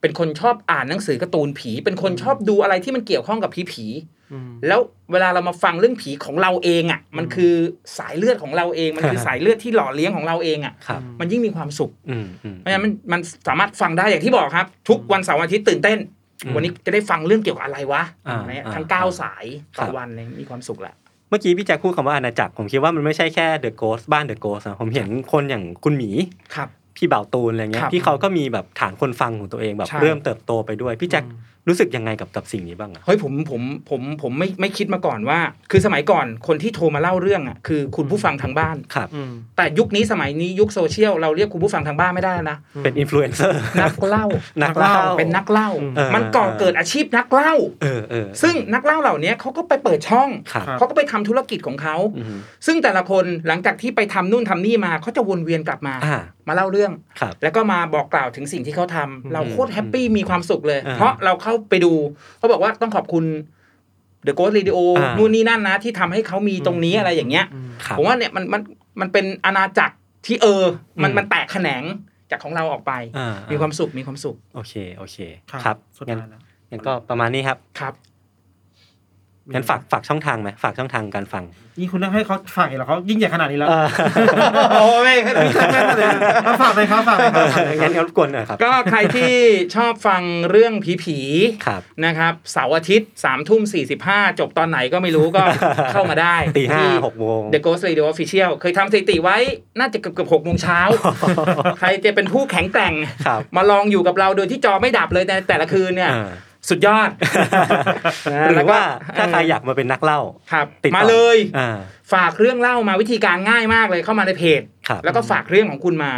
Speaker 3: เป็นคนชอบอ่านหนังสือการ์ตูนผี เป็นคนชอบดูอะไรที่มันเกี่ยวข้องกับผีผีๆ
Speaker 2: อืม
Speaker 3: แล้วเวลาเรามาฟังเรื่องผีของเราเองอ่ะ มันคือสายเลือดของเราเอง มันคือ สายเลือดที่หล่อเลี้ยงของเราเองอ่ะ
Speaker 1: ครับ
Speaker 3: มันยิ่งมีความสุข
Speaker 1: อืมอืม
Speaker 3: เพราะฉะนั้นมันมันสามารถฟังได้อย่างที่บอกครับ ทุกวันเสาร์อาทิตย์ตื่นเต้น
Speaker 1: อืม
Speaker 3: วันนี้จะได้ฟังเรื่องเกี่ยวกับอะไรวะ
Speaker 1: อ่า
Speaker 3: อะไรเงี้ย
Speaker 1: อ่า
Speaker 3: ทั้งเก้าสาย
Speaker 1: ค
Speaker 3: ต่อ
Speaker 1: รับ
Speaker 3: วันเลยมีความสุขละ
Speaker 1: เมื่อกี้พี่แจ็คพูดคำว่าอาณาจักรผมคิดว่ามันไม่ใช่แค่เดอะโกสบ้านเดอะโกสนะผมเห็นคนอย่างคุณหมี
Speaker 3: ครับ
Speaker 1: พี่เบ่าวตูนอะไรเงี้ย
Speaker 3: ครับ
Speaker 1: ที่เขาก็มีแบบฐานคนฟังของตัวเองแบบ
Speaker 3: ใช่
Speaker 1: เริ่มเติบโตไปด้วย พี่แจ็ครู้สึกยังไงกับกับสิ่งนี้บ้างอ่ะ
Speaker 3: เฮ้ยผมผมผมผมไม่ไม่คิดมาก่อนว่า คือสมัยก่อนคนที่โทรมาเล่าเรื่องอ่ะคือคุณผู้ฟังทางบ้าน
Speaker 1: ครับ
Speaker 2: อืม
Speaker 3: แต่ยุคนี้สมัยนี้ยุคโซเชียลเราเรียกคุณผู้ฟังทางบ้านไม่ได้แล้วนะ
Speaker 1: เป็นอินฟลูเอนเซอร์
Speaker 3: นักเล่า
Speaker 1: นักเล่า
Speaker 3: เป็นนักเล่า
Speaker 1: เออ
Speaker 3: มันก่อเกิดอาชีพนักเล่า
Speaker 1: เออเออ
Speaker 3: ซึ่งนักเล่าเหล่านี้เขาก็ไปเปิดช่อง
Speaker 1: ครับ
Speaker 2: ครับ
Speaker 3: เขาก็ไปทำธุรกิจของเขา
Speaker 1: อืม
Speaker 3: ซึ่งแต่ละคนหลังจากที่ไปทำนู่นทำนี่มาเขาจะวนเวียนกลับมา
Speaker 1: อ่า
Speaker 3: มาเล่าเรื่อง
Speaker 1: ครับ
Speaker 3: แล้วก็มาบอกกล่าวถึงสิ่งที่เขาทำเราโคตรแฮปปี้มีความสุขเลย
Speaker 1: อ่า
Speaker 3: เพราะเราเข้าไปดูเขาบอกว่าต้องขอบคุณ The Ghost Radio
Speaker 1: อ่านู่
Speaker 3: นู่นนี่นั่นนะ ที่ทำให้เขามีตรงนี้อะไรอย่างเงี้ย
Speaker 1: ครับ
Speaker 3: ผมว่าเนี่ยมันมันมันเป็นอาณาจักรที่เออ มัน
Speaker 1: อืม
Speaker 3: มันแตกแขนงจากของเราออกไป
Speaker 1: อ่า
Speaker 3: มีความสุขมีความสุข
Speaker 1: โอเคโอเค
Speaker 2: ครับ
Speaker 1: ครับ
Speaker 2: สุด
Speaker 1: งั้น
Speaker 2: ท้ายแล้ว
Speaker 1: งั้นก็ประมาณนี้ครับ
Speaker 3: ครับ
Speaker 1: งั้นฝากฝากช่องทางไหมฝากช่องทางการฟัง
Speaker 2: ยิ่งคุณนั่งให้เขาฝากเหรอเขายิ่งใหญ่ขนาดนี้แล้ว
Speaker 1: เออ
Speaker 3: โอ้ย
Speaker 2: เอาฝากเลยครับฝากเลยครับฝากเลยค
Speaker 1: งั้น
Speaker 2: รับ
Speaker 1: งั้นรบกวนหน่อยครับ
Speaker 3: ก็ใครที่ชอบฟังเรื่องผีผีๆ
Speaker 1: ครับ
Speaker 3: นะครับเสาร์อาทิตย์3ามทุ่มสีจบตอนไหนก็ไม่รู้ ก็ เข้ามาได้
Speaker 1: ตีห้า
Speaker 3: ที่
Speaker 1: หกโมง
Speaker 3: The Ghost Radio Official เคยทำสถิติไว้น่าจะเกือบเกือบหกโมงเช้า ใครจะเป็นผู้แข็งแกร่ง
Speaker 1: ครับ
Speaker 3: มาลองอยู่กับเราโดยที่จอไม่ดับเลยในแต่ละคืนเนี่ย
Speaker 1: อ่า
Speaker 3: สุดยอด
Speaker 1: หรือว่าถ้าใคร
Speaker 3: เออ
Speaker 1: อ
Speaker 3: อ
Speaker 1: ยากมาเป็นนักเล่า
Speaker 3: ครับ
Speaker 1: ติดต่อ
Speaker 3: มาเลย
Speaker 1: อ่า
Speaker 3: ฝากเรื่องเล่ามาวิธีการง่ายมากเลยเข้ามาในเพจ
Speaker 1: ครับ
Speaker 3: แล้วก็ฝากเรื่องของคุณมา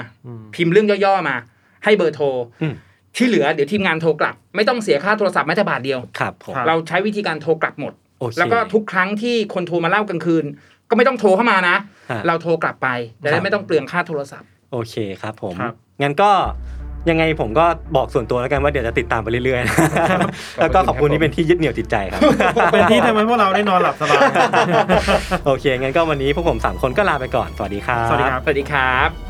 Speaker 3: พิมพ์เรื่องย่อๆมา ให้เบอร์โทร
Speaker 1: อืม
Speaker 3: ที่เหลือเดี๋ยวทีมงานโทรกลับ ไม่ต้องเสียค่าโทรศัพท์แม้แต่บาทเดียว
Speaker 1: ครับผม
Speaker 2: ครับ
Speaker 3: เราใช้วิธีการโทรกลับหมด
Speaker 1: โอเค
Speaker 3: แล้วก็ทุกครั้งที่คนโทรมาเล่ากลางคืน ก็ไม่ต้องโทรเข้ามานะ
Speaker 1: ฮะ
Speaker 3: เราโทรกลับไปจะ
Speaker 1: ครั
Speaker 3: ได้
Speaker 1: บ
Speaker 3: ไม่ต้องเปลืองค่าโทรศัพท์
Speaker 1: โอเคครับผม
Speaker 2: ครับ
Speaker 1: งั้นก็ยังไงผมก็บอกส่วนตัวแล้วกันว่าเดี๋ยวจะติดตามไปเรื่อยๆ แล้วก็ขอบคุณที่เป็นที่ยึดเหนี่ยวจิตใจครับ
Speaker 2: เป็นที่ทำให้พวกเราได้นอนหลับสบาย
Speaker 1: โอเค งั้นก็วันนี้พวกผมสามคนก็ลาไปก่อน สวัสดีครับ
Speaker 2: สวัสดีครับ
Speaker 3: สวัสดีครับ